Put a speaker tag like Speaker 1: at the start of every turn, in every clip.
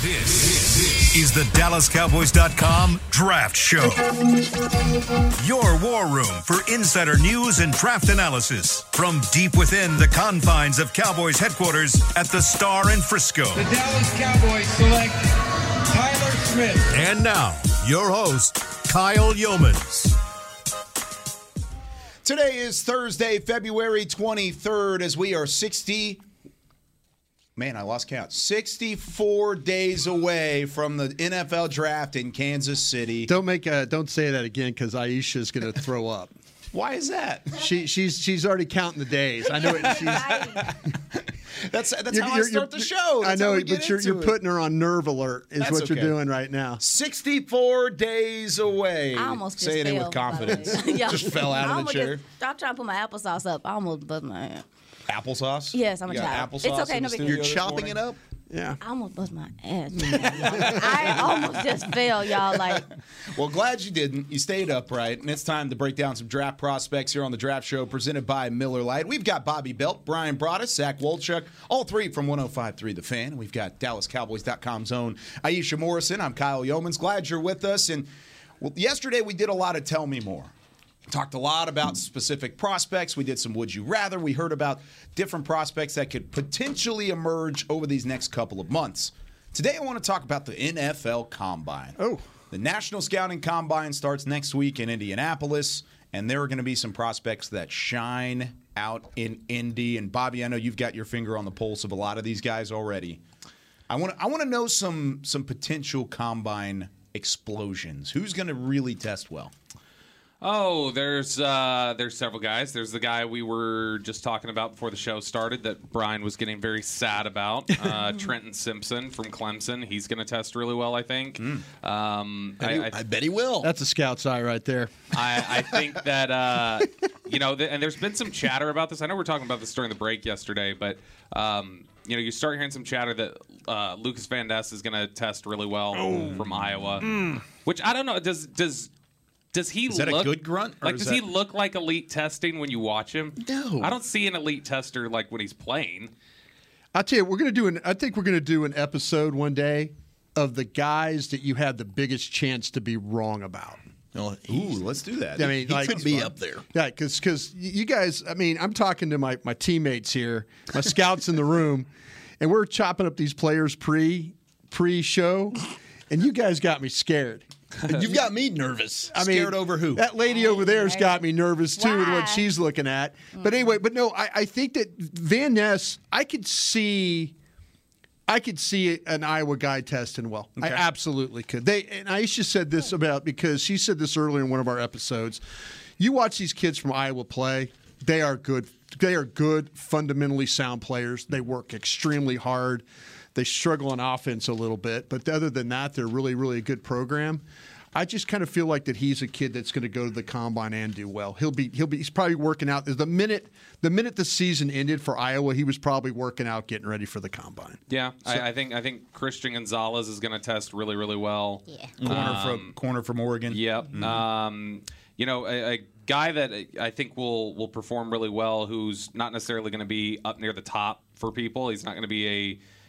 Speaker 1: This is the DallasCowboys.com Draft Show. Your war room for insider news and draft analysis from deep within the confines of Cowboys headquarters at the Star in Frisco.
Speaker 2: The Dallas Cowboys select Tyler Smith.
Speaker 1: And now, your host, Kyle Yeomans.
Speaker 3: Today is Thursday, February 23rd, as we are 60. Man, I lost count. 64 days away from the NFL draft in Kansas City.
Speaker 4: Don't make a, don't say that again because Aisha's going to throw up.
Speaker 3: Why is that?
Speaker 4: She she's she's already counting the days. I know it. She's,
Speaker 3: That's that's
Speaker 4: you're-
Speaker 3: how I
Speaker 4: you're-
Speaker 3: start
Speaker 4: you're-
Speaker 3: the show.
Speaker 4: I
Speaker 3: That's how
Speaker 4: know,
Speaker 3: we
Speaker 4: it,
Speaker 3: get
Speaker 4: but you're
Speaker 3: into
Speaker 4: you're
Speaker 3: it.
Speaker 4: putting her on nerve alert is
Speaker 3: That's
Speaker 4: what
Speaker 3: okay.
Speaker 4: you're doing right now.
Speaker 3: 64 days away.
Speaker 5: I almost just
Speaker 3: saying it
Speaker 5: fell,
Speaker 3: with confidence.
Speaker 5: by the way. Yeah.
Speaker 3: Just fell out
Speaker 5: I
Speaker 3: of the
Speaker 5: almost
Speaker 3: chair.
Speaker 5: Just, I'm trying to put my applesauce up. I almost buzzed my. ass.
Speaker 3: Applesauce.
Speaker 5: Yes, I'm a
Speaker 3: You got
Speaker 5: child.
Speaker 3: Applesauce.
Speaker 5: It's okay,
Speaker 3: in the
Speaker 5: no big
Speaker 3: studio
Speaker 5: deal.
Speaker 3: this
Speaker 5: You're
Speaker 3: morning?
Speaker 5: chopping it
Speaker 3: up.
Speaker 4: Yeah.
Speaker 5: I almost bust my ass. man. I almost just fell, y'all. Like
Speaker 3: Well, glad you didn't. You stayed upright, and it's time to break down some draft prospects here on the Draft Show presented by Miller Lite. We've got Bobby Belt, Brian Broaddus, Zach Wolchuk, all three from 105.3 The Fan. We've got DallasCowboys.com's own Aisha Morrison. I'm Kyle Yeomans. Glad you're with us. And well, yesterday we did a lot of Tell Me More. Talked a lot about specific prospects. We did some Would You Rather. We heard about different prospects that could potentially emerge over these next couple of months. Today, I want to talk about the NFL Combine.
Speaker 4: Oh.
Speaker 3: The National Scouting Combine starts next week in Indianapolis, and there are going to be some prospects that shine out in Indy. And Bobby, I know you've got your finger on the pulse of a lot of these guys already. I want to, I want to know some some potential combine explosions. Who's going to really test well?
Speaker 6: Oh, there's uh, there's several guys. There's the guy we were just talking about before the show started that Brian was getting very sad about. Uh, Trenton Simpson from Clemson. He's going to test really well, I think. Um, I, I,
Speaker 3: bet he will.
Speaker 4: That's a scout's eye right there.
Speaker 6: I, I think that uh, you know, th- and there's been some chatter about this. I know we are talking about this during the break yesterday, but um, you know, you start hearing some chatter that uh, Lucas Van Ness is going to test really well from Iowa, which I don't know. Does does does he
Speaker 3: that a
Speaker 6: look
Speaker 3: good grunt, or
Speaker 6: Like,
Speaker 3: is
Speaker 6: does he
Speaker 3: that-
Speaker 6: look like elite testing when you watch him?
Speaker 4: No.
Speaker 6: I don't see an elite tester like when he's playing.
Speaker 4: I tell you, we're gonna do an. I think we're gonna do an episode one day of the guys that you have the biggest chance to be wrong about.
Speaker 3: Ooh, let's do that.
Speaker 4: I mean, like,
Speaker 7: be up there.
Speaker 4: Yeah, because you guys, I mean, I'm talking to my my teammates here, my scouts in the room, and we're chopping up these players pre pre show, and you guys got me scared.
Speaker 7: You've got me nervous.
Speaker 4: I mean,
Speaker 3: Scared over who?
Speaker 4: That lady over there's got me nervous too with
Speaker 5: Why?
Speaker 4: what she's looking at. But anyway, but no, I, I think that Van Ness, I could see. I could see an Iowa guy testing well. I absolutely could. They and Aisha said this about because she said this earlier in one of our episodes. You watch these kids from Iowa play; they are good. They are good, fundamentally sound players. They work extremely hard. They struggle on offense a little bit, but other than that, they're really, really a good program. I just kind of feel like that he's a kid that's going to go to the combine and do well. He'll be he'll be he's probably working out the minute the minute the season ended for Iowa, he was probably working out getting ready for the combine.
Speaker 6: Yeah, I, I think I think Christian Gonzalez is going to test really really well.
Speaker 5: Yeah.
Speaker 3: corner from corner from Oregon.
Speaker 6: Yep. Um, you know, a, a guy that I think will will perform really well, who's not necessarily going to be up near the top for people. He's not going to be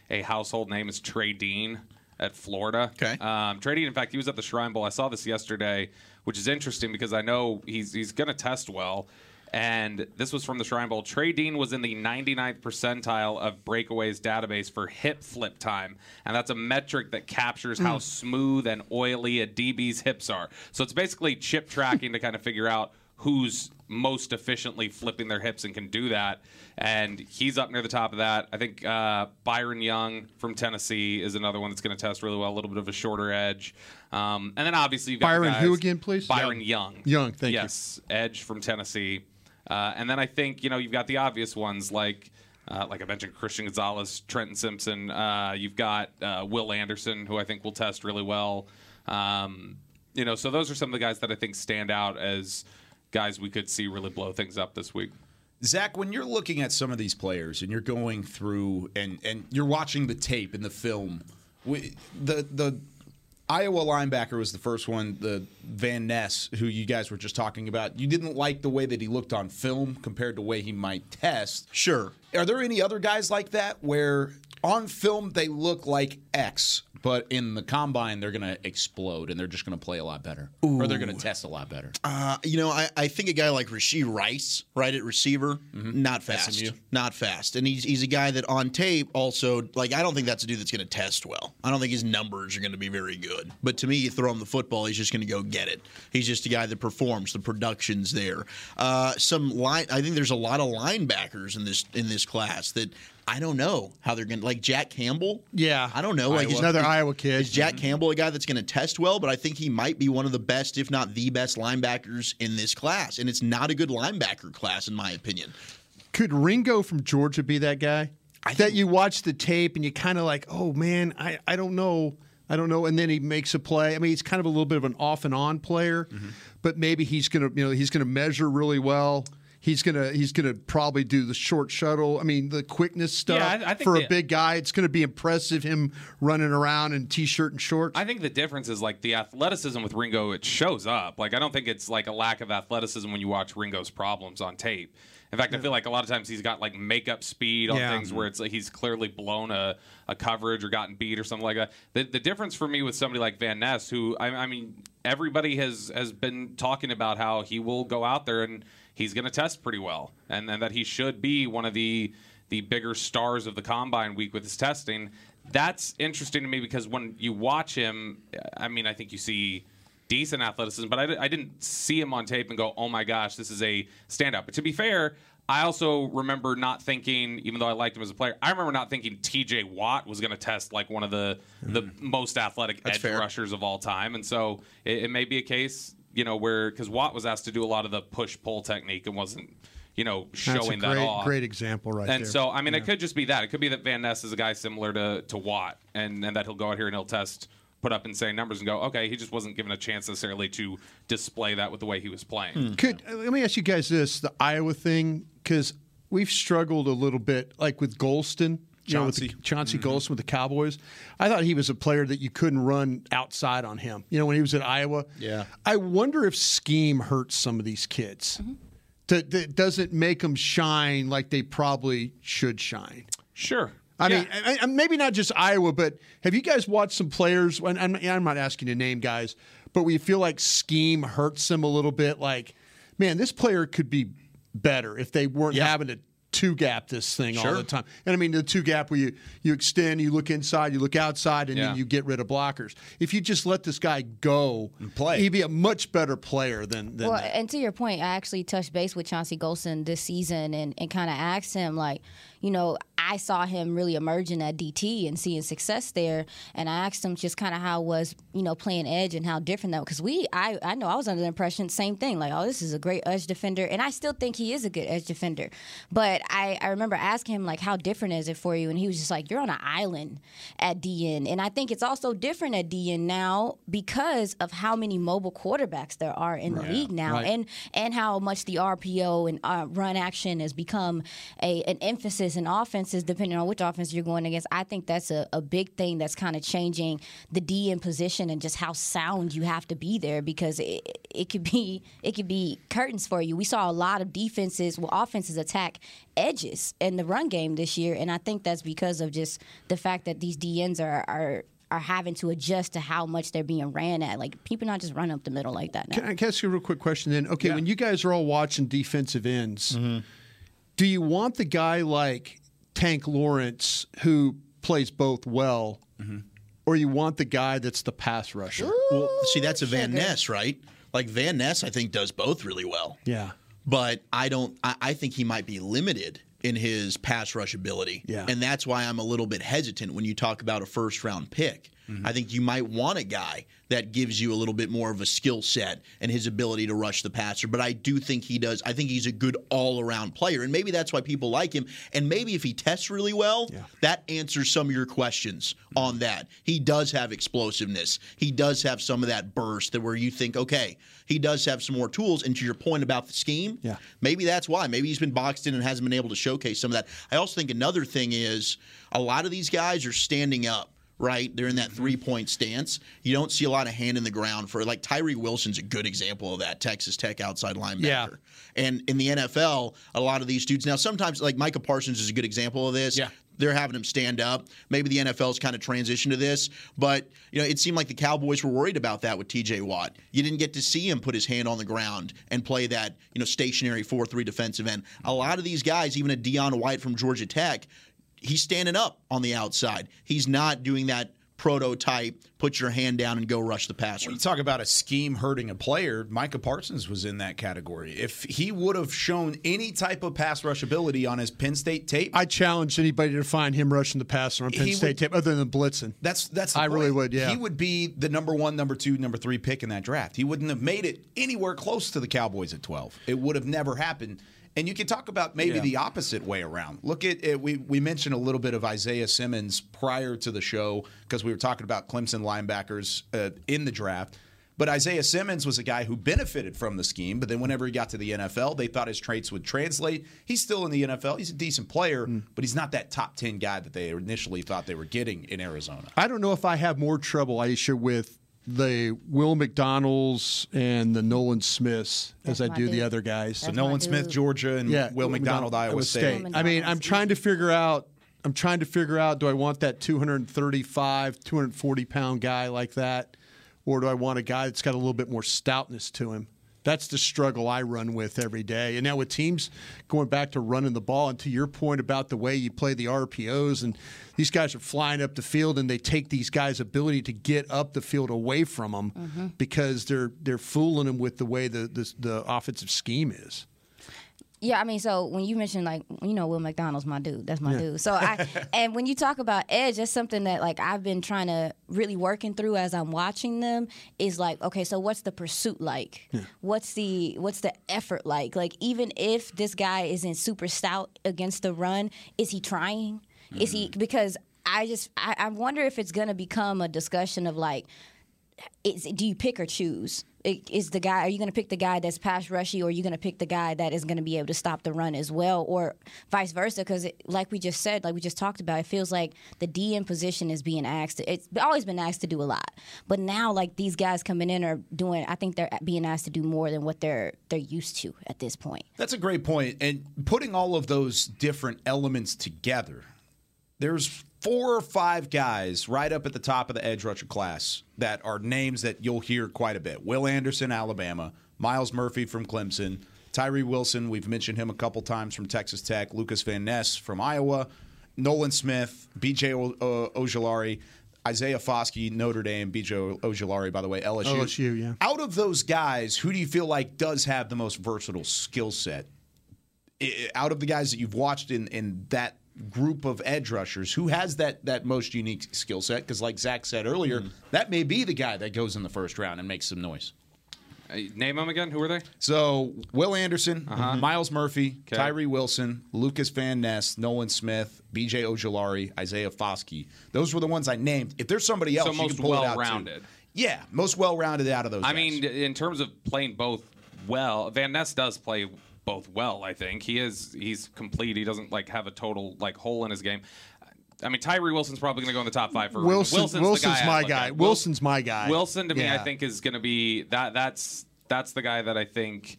Speaker 6: a a household name. Is Trey Dean at Florida?
Speaker 7: Okay.
Speaker 6: Um, Trey Dean, in fact, he was at the Shrine Bowl. I saw this yesterday, which is interesting because I know he's he's going to test well. And this was from the Shrine Bowl. Trey Dean was in the 99th percentile of Breakaway's database for hip flip time. And that's a metric that captures
Speaker 4: Mm.
Speaker 6: how smooth and oily a DB's hips are. So it's basically chip tracking to kind of figure out who's most efficiently flipping their hips and can do that. And he's up near the top of that. I think uh, Byron Young from Tennessee is another one that's going to test really well, a little bit of a shorter edge. Um, and then obviously you've got
Speaker 4: Byron
Speaker 6: guys-
Speaker 4: who again, please?
Speaker 6: Byron
Speaker 4: Young.
Speaker 6: Young.
Speaker 4: Young, thank you.
Speaker 6: yes, you. Edge from Tennessee. Uh, and then I think, you know, you've got the obvious ones like. Uh, like I mentioned, Christian Gonzalez, Trenton Simpson. Uh, you've got uh, Will Anderson, who I think will test really well. Um, you know, so those are some of the guys that I think stand out as guys we could see really blow things up this week.
Speaker 3: Zach, when you're looking at some of these players and you're going through and and you're watching the tape and the film, we, the the Iowa linebacker was the first one, the Van Ness, who you guys were just talking about. You didn't like the way that he looked on film compared to the way he might test.
Speaker 4: Sure.
Speaker 3: Are there any other guys like that where on film they look like X, But in the combine, they're going to explode and they're just going to play a lot better, or they're going to test a lot better.
Speaker 7: Uh, you know, I, I think a guy like Rasheed Rice, right at receiver,
Speaker 4: Mm-hmm.
Speaker 7: not fast,
Speaker 3: SMU.
Speaker 7: not fast, and he's he's a guy that on tape also like I don't think that's a dude that's going to test well. I don't think his numbers are going to be very good. But to me, you throw him the football, he's just going to go get it. He's just a guy that performs. The production's there. Uh, some line, I think there's a lot of linebackers in this in this class that. I don't know how they're going to like Jack Campbell.
Speaker 4: Yeah.
Speaker 7: I don't know. Like is-
Speaker 4: Another
Speaker 7: is-
Speaker 4: Iowa kid.
Speaker 7: Is Jack Campbell a guy that's going to test well? But I think he might be one of the best, if not the best, linebackers in this class. And it's not a good linebacker class, in my opinion.
Speaker 4: Could Ringo from Georgia be that guy? that you watch the tape and you kind of like, oh man, I, I don't know. I don't know. And then he makes a play. I mean, he's kind of a little bit of an off and on player,
Speaker 7: Mm-hmm.
Speaker 4: but maybe he's gonna you know he's gonna measure really well. He's gonna he's gonna probably do the short shuttle. I mean, the quickness stuff
Speaker 6: Yeah, I- I think
Speaker 4: for a
Speaker 6: the-
Speaker 4: big guy. It's gonna be impressive him running around in t-shirt and shorts.
Speaker 6: I think the difference is like the athleticism with Ringo, it shows up. Like I don't think it's like a lack of athleticism when you watch Ringo's problems on tape. In fact, I feel like a lot of times he's got like makeup speed on
Speaker 4: Yeah.
Speaker 6: things where it's like he's clearly blown a, a coverage or gotten beat or something like that. The, the difference for me with somebody like Van Ness, who I, I mean, everybody has has been talking about how he will go out there and he's going to test pretty well, and, and that he should be one of the the bigger stars of the combine week with his testing. That's interesting to me because when you watch him, I mean, I think you see decent athleticism, but I, di- I didn't see him on tape and go, oh my gosh, this is a standout. But to be fair, I also remember not thinking, even though I liked him as a player, I remember not thinking T.J. Watt was going to test like one of the the most athletic edge
Speaker 7: fair.
Speaker 6: rushers of all time, and so it, it may be a case, you know, where because Watt was asked to do a lot of the push pull technique and wasn't, you know,
Speaker 4: That's
Speaker 6: showing
Speaker 4: a great,
Speaker 6: that off.
Speaker 4: great example right
Speaker 6: And
Speaker 4: there.
Speaker 6: so, I mean, it could just be that. It could be that Van Ness is a guy similar to, to Watt, and, and that he'll go out here and he'll test, put up insane numbers, and go, okay, he just wasn't given a chance necessarily to display that with the way he was playing.
Speaker 4: Could uh, let me ask you guys this: the Iowa thing, because we've struggled a little bit, like with Golston, you know, with the, Chauncey Golston with the Cowboys. I thought he was a player that you couldn't run outside on him. You know, when he was at Iowa.
Speaker 7: Yeah.
Speaker 4: I wonder if scheme hurts some of these kids. That, that doesn't make them shine like they probably should shine.
Speaker 6: Sure.
Speaker 4: I mean, I, I, maybe not just Iowa, but have you guys watched some players? And I'm, and I'm not asking you to name guys, but we feel like scheme hurts them a little bit. Like, man, this player could be better if they weren't having to two gap this thing all the time. And I mean, the two gap where you you extend, you look inside, you look outside, and
Speaker 6: Yeah.
Speaker 4: then you get rid of blockers. If you just let this guy go
Speaker 3: play.
Speaker 4: he'd be a much better player than than.
Speaker 8: Well,
Speaker 4: that.
Speaker 8: and to your point, I actually touched base with Chauncey Golson this season and, and kind of asked him, like, you know, I saw him really emerging at DT and seeing success there. And I asked him just kind of how was, you know, playing edge and how different that Because we, I, I know I was under the impression, same thing, like, oh, this is a great edge defender. And I still think he is a good edge defender. But I, I remember asking him, like, how different is it for you? And he was just like, you're on an island at DN. And I think it's also different at DN now because of how many mobile quarterbacks there are in the league now. And and how much the RPO and uh, run action has become a an emphasis in offenses, depending on which offense you're going against. I think that's a, a big thing that's kind of changing the D in position and just how sound you have to be there because it, it could be it could be curtains for you. We saw a lot of defenses, well, offenses attack edges in the run game this year, and I think that's because of just the fact that these DNs are are. Are having to adjust to how much they're being ran at. Like people not just run up the middle like that now.
Speaker 4: Can I ask you a real quick question then? Okay, when you guys are all watching defensive ends,
Speaker 3: Mm-hmm.
Speaker 4: do you want the guy like Tank Lawrence who plays both well,
Speaker 3: Mm-hmm.
Speaker 4: or you want the guy that's the pass rusher?
Speaker 7: Well, see, that's a Van Ness, right? Like Van Ness, I think does both really well.
Speaker 4: Yeah.
Speaker 7: but I don't. I, I think he might be limited in his pass rush ability.
Speaker 4: Yeah.
Speaker 7: and that's why I'm a little bit hesitant when you talk about a first round pick. I think you might want a guy that gives you a little bit more of a skill set and his ability to rush the passer. But I do think he does. I think he's a good all around player, and maybe that's why people like him. And maybe if he tests really well, that answers some of your questions on that. He does have explosiveness. He does have some of that burst that where you think, okay, he does have some more tools. And to your point about the scheme,
Speaker 4: Yeah.
Speaker 7: maybe that's why. Maybe he's been boxed in and hasn't been able to showcase some of that. I also think another thing is a lot of these guys are standing up. Right, they're in that three-point stance. You don't see a lot of hand in the ground for like Tyree Wilson's a good example of that Texas Tech outside linebacker.
Speaker 4: Yeah.
Speaker 7: And in the NFL, a lot of these dudes now sometimes like Micah Parsons is a good example of this.
Speaker 3: Yeah.
Speaker 7: They're having him stand up. Maybe the NFL's kind of transitioned to this, but you know, it seemed like the Cowboys were worried about that with TJ Watt. You didn't get to see him put his hand on the ground and play that, you know, stationary 4-3 defensive end. A lot of these guys, even a Deion White from Georgia Tech, he's standing up on the outside. He's not doing that prototype, put your hand down and go rush the passer.
Speaker 3: When you talk about a scheme hurting a player, Micah Parsons was in that category. If he would have shown any type of pass rush ability on his Penn State tape,
Speaker 4: I challenge anybody to find him rushing the passer on Penn
Speaker 3: He
Speaker 4: State
Speaker 3: would-
Speaker 4: tape other than blitzing.
Speaker 3: that's that's. the
Speaker 4: I really
Speaker 3: point.
Speaker 4: would, yeah.
Speaker 3: he would be the number one, number two, number three pick in that draft. He wouldn't have made it anywhere close to the Cowboys at twelve. It would have never happened. And you can talk about maybe the opposite way around. Look at it. We we mentioned a little bit of Isaiah Simmons prior to the show because we were talking about Clemson linebackers uh, in the draft. But Isaiah Simmons was a guy who benefited from the scheme, but then whenever he got to the NFL, they thought his traits would translate. He's still in the NFL. He's a decent player, but he's not that top 10 guy that they initially thought they were getting in Arizona.
Speaker 4: I don't know if I have more trouble, Aisha, with the Will McDonald's and the Nolan Smiths as
Speaker 8: That's
Speaker 4: I
Speaker 8: my
Speaker 4: do the
Speaker 8: dude.
Speaker 4: other guys.
Speaker 8: That's
Speaker 3: Nolan
Speaker 8: my
Speaker 3: Smith,
Speaker 8: dude.
Speaker 3: Georgia, and
Speaker 4: yeah,
Speaker 3: Will McDonald, Iowa State.
Speaker 8: State.
Speaker 4: I mean, I'm
Speaker 8: McDonald's.
Speaker 4: trying to figure out. I'm trying to figure out. Do I want that 235, 240 pound guy like that, or do I want a guy that's got a little bit more stoutness to him? That's the struggle I run with every day. And now with teams going back to running the ball, and to your point about the way you play the RPOs, and these guys are flying up the field, and they take these guys' ability to get up the field away from them because they're they're fooling them with the way the the, the offensive scheme is.
Speaker 8: Yeah, I mean, so when you mentioned like you know Will McDonald's my dude, that's my dude. So I and when you talk about edge, that's something that like I've been trying to really working through as I'm watching them is like okay, so what's the pursuit like? What's the what's the effort like? Like even if this guy isn't super stout against the run, is he trying? Is he because I just I, I wonder if it's gonna become a discussion of like is do you pick or choose? I- Is the guy are you going to pick the guy that's pass rushy, or are you going to pick the guy that is going to be able to stop the run as well, or vice versa? Because like we just said, like we just talked about, it feels like the DN position is being asked. It's always been asked to do a lot, but now like these guys coming in are doing. I think they're being asked to do more than what they're they're used to at this point.
Speaker 3: That's a great point. And putting all of those different elements together, there's four or five guys right up at the top of the edge rusher class that are names that you'll hear quite a bit. Will Anderson, Alabama, Miles Murphy from Clemson, Tyree Wilson, we've mentioned him a couple times from Texas Tech, Lucas Van Ness from Iowa, Nolan Smith, BJ o- uh, Ojolari, Isaiah Foskey, Notre Dame, BJ Ojolari, by the way, LSU.
Speaker 4: LSU, yeah.
Speaker 3: Out of those guys, who do you feel like does have the most versatile skill set i- out of the guys that you've watched in in that group of edge rushers, who has that that most unique skill set? Because like Zach said earlier,
Speaker 6: Hmm.
Speaker 3: that may be the guy that goes in the first round and makes some noise.
Speaker 6: Uh, name them again. Who are they?
Speaker 3: So Will Anderson,
Speaker 6: Uh-huh.
Speaker 3: Miles Murphy, Tyree Wilson, Lucas Van Ness, Nolan Smith, B.J. Ojolari, Isaiah Foskey. Those were the ones I named. If there's somebody else,
Speaker 6: So
Speaker 3: you can
Speaker 6: most
Speaker 3: pull it out too.
Speaker 6: well-rounded.
Speaker 3: Yeah, most well-rounded out of those.
Speaker 6: I
Speaker 3: guys.
Speaker 6: mean, d- in terms of playing both well, Van Ness does play both well. I think he is. He's complete. He doesn't like have a total like hole in his game. I mean, Tyree Wilson's probably going to go in the top five for a reason.
Speaker 4: Wilson-
Speaker 6: Wilson's, the
Speaker 4: Wilson's
Speaker 6: guy I
Speaker 4: my
Speaker 6: look
Speaker 4: guy.
Speaker 6: at.
Speaker 4: Wilson's my guy.
Speaker 6: Wilson to me, I
Speaker 4: Yeah.
Speaker 6: think is going to be that. That's that's the guy that I think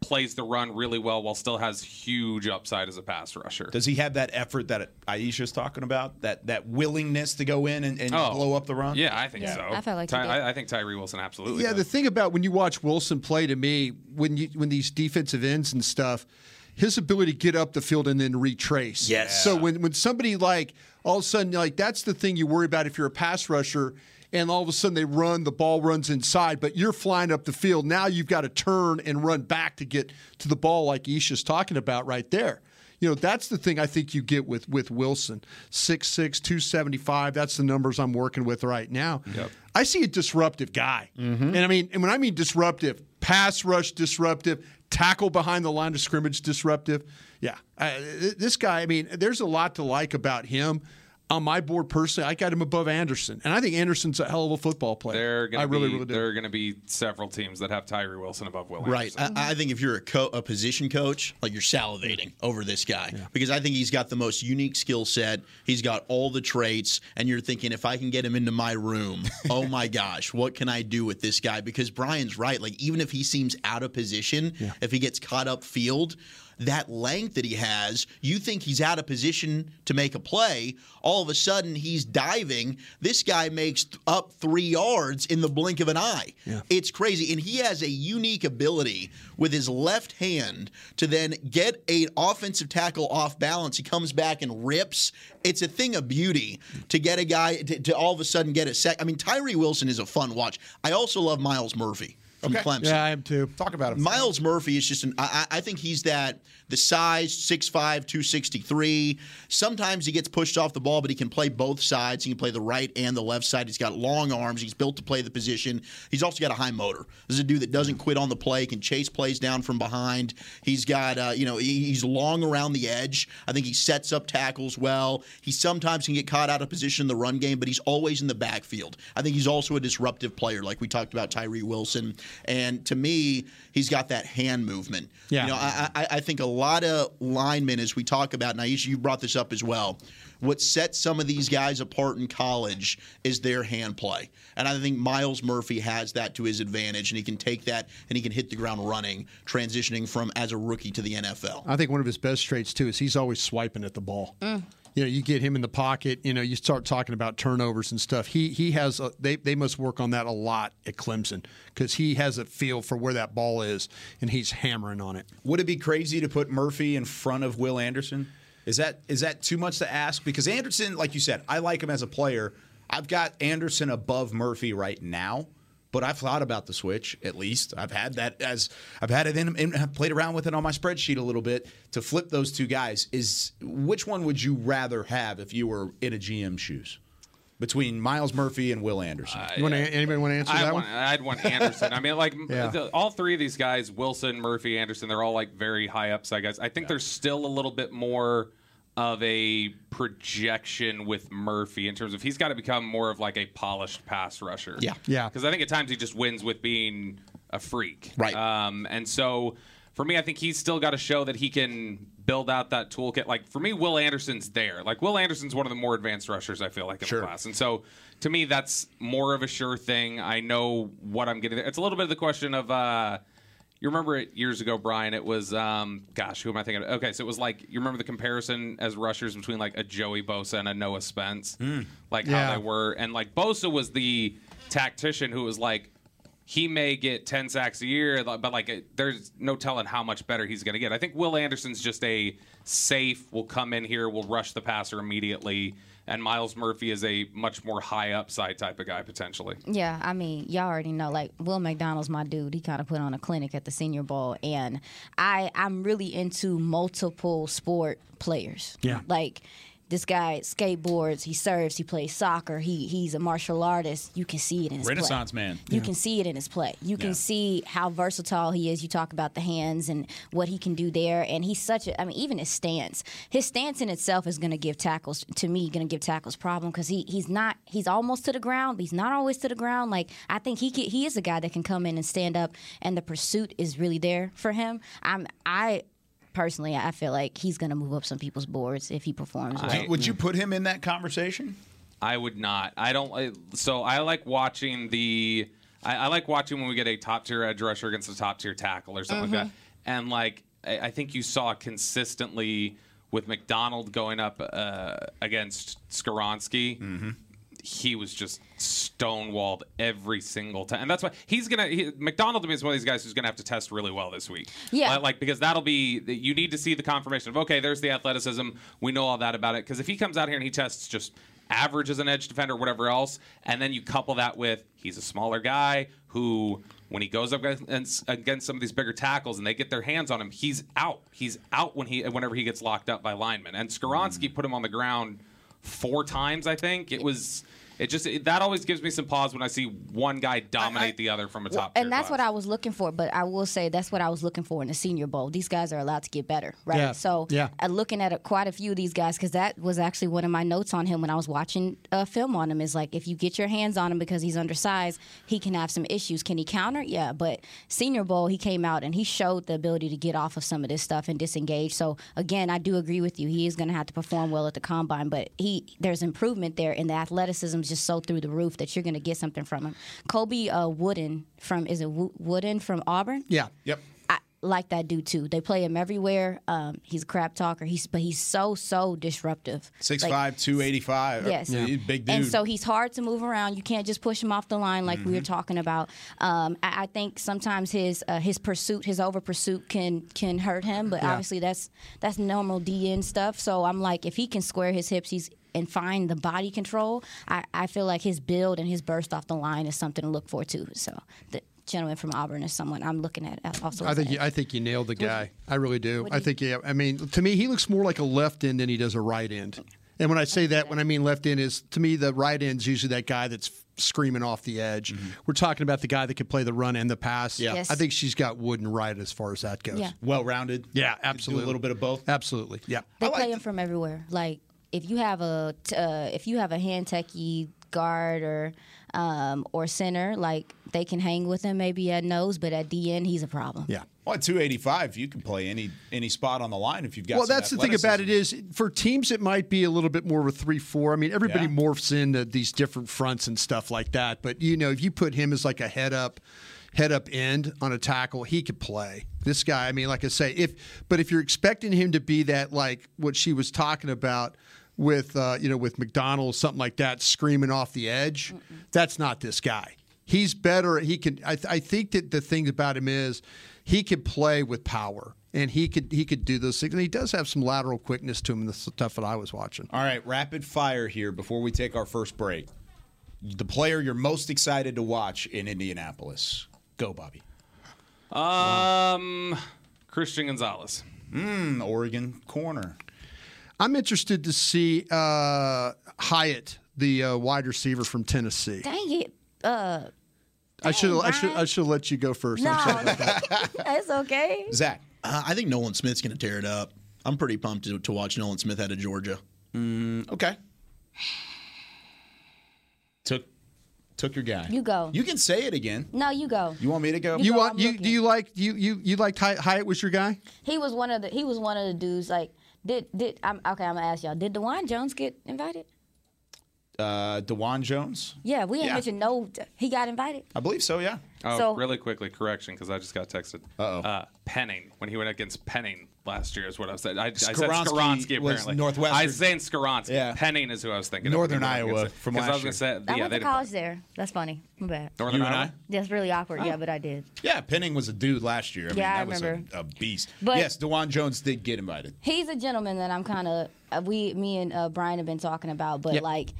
Speaker 6: plays the run really well while still has huge upside as a pass rusher.
Speaker 3: does he have that effort that Aisha's talking about? That that willingness to go in and, and
Speaker 6: Oh.
Speaker 3: blow up the run?
Speaker 6: Yeah, I think so.
Speaker 8: I felt like he
Speaker 6: Ty-
Speaker 8: did.
Speaker 6: I, I think Tyree Wilson absolutely.
Speaker 4: Yeah,
Speaker 6: does.
Speaker 4: the thing about when you watch Wilson play to me, when you when these defensive ends and stuff, his ability to get up the field and then retrace.
Speaker 7: Yes.
Speaker 4: So when when somebody like all of a sudden like that's the thing you worry about if you're a pass rusher. And all of a sudden they run, the ball runs inside, but you're flying up the field. Now you've got to turn and run back to get to the ball, like Isha's talking about right there. You know, that's the thing I think you get with with Wilson. 6'6, 275. That's the numbers I'm working with right now. I see a disruptive guy.
Speaker 6: Mm-hmm.
Speaker 4: And I mean, and when I mean disruptive, pass rush disruptive, tackle behind the line of scrimmage disruptive. Yeah. I, th- this guy, I mean, there's a lot to like about him. On my board personally, I got him above Anderson. And I think Anderson's a hell of a football player.
Speaker 6: They're gonna
Speaker 4: I really,
Speaker 6: be,
Speaker 4: really do.
Speaker 6: There are going to be several teams that have Tyree Wilson above Will.
Speaker 7: Right.
Speaker 6: Anderson.
Speaker 7: I, I think if you're a, co- a position coach, like you're salivating over this guy because I think he's got the most unique skill set. He's got all the traits, and you're thinking, if I can get him into my room, oh my gosh, what can I do with this guy? Because Brian's right. Like even if he seems out of position, if he gets caught up field. that length that he has. You think he's out of position to make a play. All of a sudden, he's diving. This guy makes th- up three yards in the blink of an eye. It's crazy. And he has a unique ability with his left hand to then get a offensive tackle off balance. He comes back and rips. It's a thing of beauty to get a guy to, to all of a sudden get a sack. I mean, Tyree Wilson is a fun watch. I also love Miles Murphy from Clemson.
Speaker 4: Yeah, I am too.
Speaker 3: Talk about him.
Speaker 7: Miles Murphy is just an. I, I I think he's that the size 6'5", 263. Sometimes he gets pushed off the ball, but he can play both sides. He can play the right and the left side. He's got long arms. He's built to play the position. He's also got a high motor. This is a dude that doesn't quit on the play. Can chase plays down from behind. He's got uh, you know he- he's long around the edge. I think he sets up tackles well. He sometimes can get caught out of position in the run game, but he's always in the backfield. I think he's also a disruptive player, like we talked about Tyree Wilson. And to me, he's got that hand movement.
Speaker 4: Yeah.
Speaker 7: You know, I, I, I think a lot of linemen, as we talk about, and Aisha, you brought this up as well. What sets some of these guys apart in college is their hand play. And I think Miles Murphy has that to his advantage, and he can take that and he can hit the ground running, transitioning from as a rookie to the NFL.
Speaker 4: I think one of his best traits too is he's always swiping at the ball. You know, you get him in the pocket. You know, you start talking about turnovers and stuff. He he has a, they they must work on that a lot at Clemson because he has a feel for where that ball is and he's hammering on it.
Speaker 3: Would it be crazy to put Murphy in front of Will Anderson? Is that is that too much to ask? Because Anderson, like you said, I like him as a player. I've got Anderson above Murphy right now, but I've thought about the switch at least. I've had that as I've had it in, in I've played around with it on my spreadsheet a little bit to flip those two guys. Is which one would you rather have if you were in a GM shoes between Miles Murphy and Will Anderson?
Speaker 4: You want to, anybody want to answer
Speaker 6: I
Speaker 4: that
Speaker 6: want,
Speaker 4: one?
Speaker 6: I'd want Anderson. I mean, like m-
Speaker 4: Yeah.
Speaker 6: the, all three of these guys, Wilson, Murphy, Anderson, they're all like very high upside guys. I think there's still a little bit more of a projection with Murphy in terms of he's got to become more of like a polished pass rusher.
Speaker 7: Yeah.
Speaker 4: Yeah.
Speaker 6: Because I think at times he just wins with being a freak.
Speaker 7: Right.
Speaker 6: Um, and so for me, I think he's still got to show that he can build out that toolkit. Like for me, Will Anderson's there. Like Will Anderson's one of the more advanced rushers I feel like in the class. And so to me, that's more of a sure thing. I know what I'm getting. There. It's a little bit of the question of. Uh, you remember it years ago, Brian? It was, um, gosh, who am I thinking? Of? Okay, so it was like you remember the comparison as rushers between like a Joey Bosa and a Noah Spence, like
Speaker 4: Yeah.
Speaker 6: how they were, and like Bosa was the tactician who was like, he may get 10 sacks a year, like- but like it- there's no telling how much better he's going to get. I think Will Anderson's just a safe, will come in here, will rush the passer immediately. And Miles Murphy is a much more high upside type of guy, potentially.
Speaker 8: Yeah, I mean, y'all already know. Like Will McDonald's my dude. He kind of put on a clinic at the Senior Bowl, and I I'm really into multiple sport players.
Speaker 4: Yeah.
Speaker 8: like. This guy skateboards. He serves. He plays soccer. He he's a martial artist. You can see it in his play.
Speaker 3: Renaissance man.
Speaker 8: You can see it in his play. You can
Speaker 3: Yeah.
Speaker 8: see how versatile he is. You talk about the hands and what he can do there, and he's such a. I mean, even his stance, his stance in itself is going to give tackles to me. Going to give tackles problem because he he's not he's almost to the ground, but he's not always to the ground. Like I think he can, he is a guy that can come in and stand up, and the pursuit is really there for him. I'm I. Personally, I feel like he's going to move up some people's boards if he performs. Well.
Speaker 3: Would you put him in that conversation?
Speaker 6: I would not. I don't. I- So I like watching the. I, I like watching when we get a top tier edge rusher against a top tier tackle or something like that. And like I, I think you saw consistently with McDonald going up uh, against Skaronski. He was just stonewalled every single time, and that's why he's gonna. He, McDonald to me is one of these guys who's gonna have to test really well this week.
Speaker 8: Yeah.
Speaker 6: Like- like because that'll be you need to see the confirmation of okay there's the athleticism we know all that about it because if he comes out here and he tests just average as an edge defender or whatever else and then you couple that with he's a smaller guy who when he goes up against, against some of these bigger tackles and they get their hands on him he's out he's out when he whenever he gets locked up by linemen and
Speaker 8: Mm-hmm.
Speaker 6: Skaronski put him on the ground four times I think it was it just it, that always gives me some pause when I see one guy dominate the other from a top
Speaker 8: and that's what I was looking for. But I will say that's what I was looking for in the Senior Bowl. These guys are allowed to get better, right?
Speaker 4: Yeah.
Speaker 8: So
Speaker 4: Yeah.
Speaker 8: uh, looking at uh quite a few of these guys because that was actually one of my notes on him when I was watching a film on him. Is like if you get your hands on him because he's undersized, he can have some issues. Can he counter? Yeah, but Senior Bowl he came out and he showed the ability to get off of some of this stuff and disengage. So again, I do agree with you. He is going to have to perform well at the combine, but he there's improvement there, and the athleticism is just so through the roof that you're going to get something from him. Kobe uh, Wooden from is it Wo- Wooden from Auburn?
Speaker 4: Yeah.
Speaker 3: Yep.
Speaker 8: I, like that dude too. They play him everywhere. Um, he's a crap talker. He's but he's so so disruptive.
Speaker 3: Six
Speaker 8: Like,
Speaker 3: five two eighty five.
Speaker 8: Yes.
Speaker 3: He's a big dude. Mm-hmm.
Speaker 8: And so he's hard to move around. You can't just push him off the line like we were talking about. Um, I, I think sometimes his uh, his pursuit, his over pursuit, can can hurt him. But obviously that's that's normal DN stuff. So I'm like, if he can square his hips, he's and find the body control. I, I feel like his build and his burst off the line is something to look for too. So the gentleman from Auburn is someone I'm looking at uh, also.
Speaker 4: I
Speaker 8: as
Speaker 4: think
Speaker 8: an
Speaker 4: you, I think you nailed the guy. I really do.
Speaker 8: what do
Speaker 4: I
Speaker 8: you-
Speaker 4: think yeah. I mean, to me, he looks more like a left end than he does a right end. And when I say that, when I mean left end is to me the right end's usually that guy that's screaming off the edge.
Speaker 3: Mm-hmm.
Speaker 4: We're talking about the guy that could play the run and the pass.
Speaker 7: Yeah.
Speaker 8: Yes.
Speaker 4: I think she's got wood and right as far as that goes.
Speaker 8: Yeah.
Speaker 3: well rounded.
Speaker 4: Yeah, absolutely.
Speaker 3: Do a little bit of both.
Speaker 4: Absolutely. Yeah.
Speaker 8: They play him from everywhere. Like if you have a t- uh, if you have a hand techie guard or um, or center, like they can hang with him maybe at nose, but at DN he's a problem.
Speaker 4: Yeah.
Speaker 3: Well, at 285, you can play any any spot on the line if you've got.
Speaker 4: Well,
Speaker 3: some
Speaker 4: that's the thing about it
Speaker 3: athleticism.
Speaker 4: is for teams it might be a little bit more of a three-four. I mean, everybody
Speaker 3: Yeah.
Speaker 4: morphs into these different fronts and stuff like that. But you know, if you put him as like a head up, head up end on a tackle, he could play. This guy, I mean, like I say, if but if you're expecting him to be that like what she was talking about with uh, you know with McDonald something like that, screaming off the edge, that's not this guy. He's better. He can. I, th- I think that the thing about him is he could play with power, and he could he could do those things. And he does have some lateral quickness to him. and The stuff that I was watching.
Speaker 3: All right, rapid fire here before we take our first break. The player you're most excited to watch in Indianapolis. Go, Bobby.
Speaker 6: Um, Christian Gonzalez.
Speaker 3: An Oregon corner.
Speaker 4: I'm interested to see uh, Hyatt, the uh, wide receiver from Tennessee.
Speaker 8: Dang it. Uh,
Speaker 4: I should I
Speaker 8: Brian.
Speaker 4: should I should let you go first.
Speaker 8: no,
Speaker 4: I'm sorry.
Speaker 8: that's okay.
Speaker 3: Zach.
Speaker 7: Uh, I think Nolan Smith's going to tear it up. I'm pretty pumped to, to watch Nolan Smith out of Georgia.
Speaker 3: Okay. Took took your guy.
Speaker 8: You go.
Speaker 3: You can say it again.
Speaker 8: No, you go.
Speaker 3: You want me to go?
Speaker 4: You
Speaker 8: No,
Speaker 4: want
Speaker 8: I'm
Speaker 4: you do
Speaker 8: looking.
Speaker 4: you like you you you liked Hyatt, Hyatt was your guy?
Speaker 8: He was one of the he was one of the dudes like did did I'm okay, I'm gonna ask y'all, did Dewan Jones get invited?
Speaker 3: Uh, Dewan Jones.
Speaker 8: Yeah, we ain't
Speaker 3: Yeah.
Speaker 8: mentioned no he got invited.
Speaker 3: I believe so. Yeah.
Speaker 6: Oh,
Speaker 8: So-
Speaker 6: really quickly, correction, because I just got texted.
Speaker 3: Uh-oh.
Speaker 6: Uh, Penning, when he went against Penning last year, is what I said. I, I said
Speaker 3: Skaronski
Speaker 6: Skaronski,
Speaker 3: was
Speaker 6: apparently.
Speaker 3: Northwestern.
Speaker 6: I was saying Skaronski.
Speaker 3: Yeah.
Speaker 6: Penning is who I was thinking.
Speaker 3: Northern Iowa from
Speaker 6: Because I was
Speaker 3: last
Speaker 6: going to say,
Speaker 8: I went
Speaker 6: yeah, they
Speaker 8: to
Speaker 6: didn't-
Speaker 8: college there. That's funny. My bad.
Speaker 6: Northern
Speaker 3: You and
Speaker 6: Iowa?
Speaker 3: I?
Speaker 8: That's really
Speaker 6: Oh.
Speaker 8: awkward. Yeah, but I did.
Speaker 3: Yeah, Penning was a dude last year. I mean,
Speaker 8: Yeah, I
Speaker 3: that was a,
Speaker 8: remember.
Speaker 3: a beast.
Speaker 8: But-
Speaker 3: yes, Dewan Jones did get invited.
Speaker 8: He's a gentleman that I'm kind of uh, we me and uh, Brian have been talking about, but like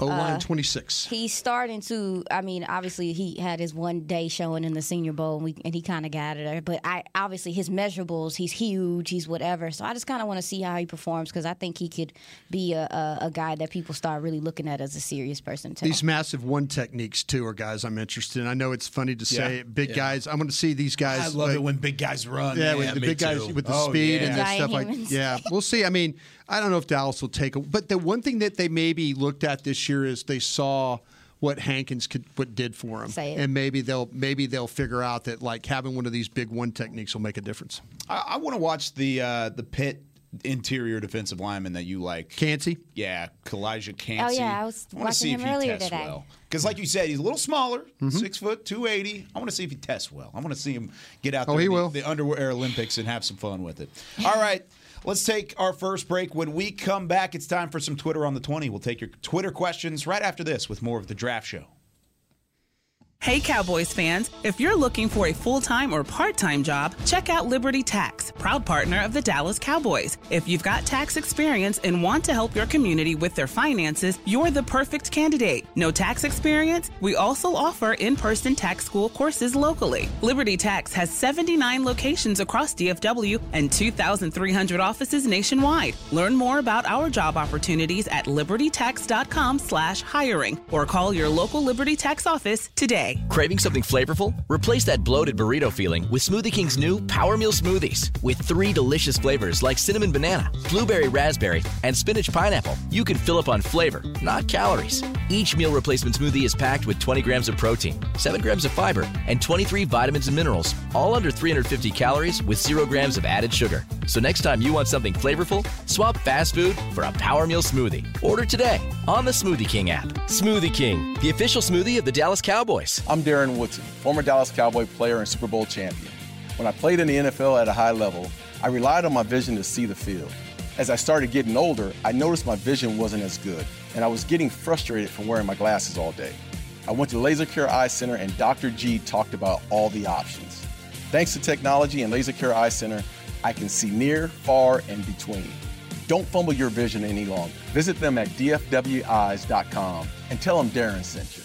Speaker 4: Oh, line 26.
Speaker 8: he's starting to. I mean, obviously he had his one day showing in the Senior Bowl, and, we, and he kind of got it there. But I obviously his measurables, he's huge, he's whatever. So I just kind of want to see how he performs because I think he could be a, a, a guy that people start really looking at as a serious person. Too.
Speaker 4: These massive one techniques too are guys I'm interested in. I know it's funny to say
Speaker 3: Yeah.
Speaker 4: it, big guys. I'm going to see these guys. like-
Speaker 3: when big guys run.
Speaker 4: Yeah,
Speaker 7: Yeah,
Speaker 4: with the
Speaker 7: me
Speaker 4: big guys
Speaker 7: too.
Speaker 4: with the
Speaker 3: Oh,
Speaker 4: speed
Speaker 3: yeah.
Speaker 4: and that
Speaker 8: Giant
Speaker 4: stuff. Like,
Speaker 8: humans.
Speaker 4: yeah, we'll see. I mean, I don't know if Dallas will take. A, but the one thing that they maybe looked at this year is they saw what Hankins could what did for him,
Speaker 8: Say it.
Speaker 4: and maybe they'll maybe they'll figure out that like having one of these big one techniques will make a difference.
Speaker 3: I, I want to watch the uh, the Pitt interior defensive lineman that you like.
Speaker 4: Canty,
Speaker 3: yeah, Kalijah Cansey.
Speaker 8: Oh, yeah, I was
Speaker 3: wanna
Speaker 8: watching
Speaker 3: see
Speaker 8: him
Speaker 3: if he
Speaker 8: earlier
Speaker 3: tests
Speaker 8: today.
Speaker 3: well. Because, like you said, he's a little smaller,
Speaker 4: Mm-hmm.
Speaker 3: six foot, two eighty. I want to see if he tests well. I want to see him get out
Speaker 4: Oh,
Speaker 3: there
Speaker 4: he
Speaker 3: in the,
Speaker 4: will.
Speaker 3: the underwear Olympics and have some fun with it. All right, let's take our first break. When we come back, it's time for some Twitter on the twenty. We'll take your Twitter questions right after this with more of the draft show.
Speaker 9: Hey, Cowboys fans, if you're looking for a full time or part time job, check out Liberty Tax, proud partner of the Dallas Cowboys. If you've got tax experience and want to help your community with their finances, you're the perfect candidate. No tax experience? We also offer in person tax school courses locally. Liberty Tax has 79 locations across DFW and 2,300 offices nationwide. Learn more about our job opportunities at libertytax.com slash hiring or call your local Liberty Tax office today.
Speaker 10: Craving something flavorful? Replace that bloated burrito feeling with Smoothie King's new Power Meal Smoothies. With three delicious flavors like cinnamon banana, blueberry raspberry, and spinach pineapple, you can fill up on flavor, not calories. Each meal replacement smoothie is packed with 20 grams of protein, 7 grams of fiber, and 23 vitamins and minerals, all under 350 calories with 0 grams of added sugar. So next time you want something flavorful, swap fast food for a Power Meal Smoothie. Order today on the Smoothie King app. Smoothie King, the official smoothie of the Dallas Cowboys.
Speaker 11: I'm Darren Woodson, former Dallas Cowboy player and Super Bowl champion. When I played in the NFL at a high level, I relied on my vision to see the field. As I started getting older, I noticed my vision wasn't as good, and I was getting frustrated from wearing my glasses all day. I went to Laser Care Eye Center, and Dr. G talked about all the options. Thanks to technology and Laser Care Eye Center, I can see near, far, and between. Don't fumble your vision any longer. Visit them at dfweyes.com and tell them Darren sent you.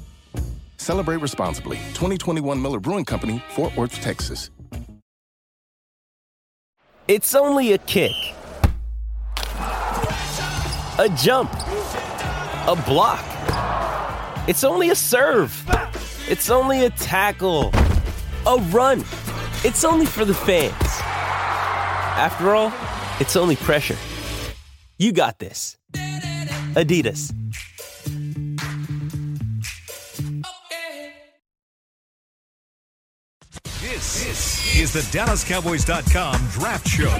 Speaker 12: Celebrate responsibly. 2021 Miller Brewing Company, Fort Worth, Texas.
Speaker 13: It's only a kick, a jump, a block. It's only a serve. It's only a tackle, a run. It's only for the fans. After all, it's only pressure. You got this. Adidas.
Speaker 1: This, is the DallasCowboys.com draft show.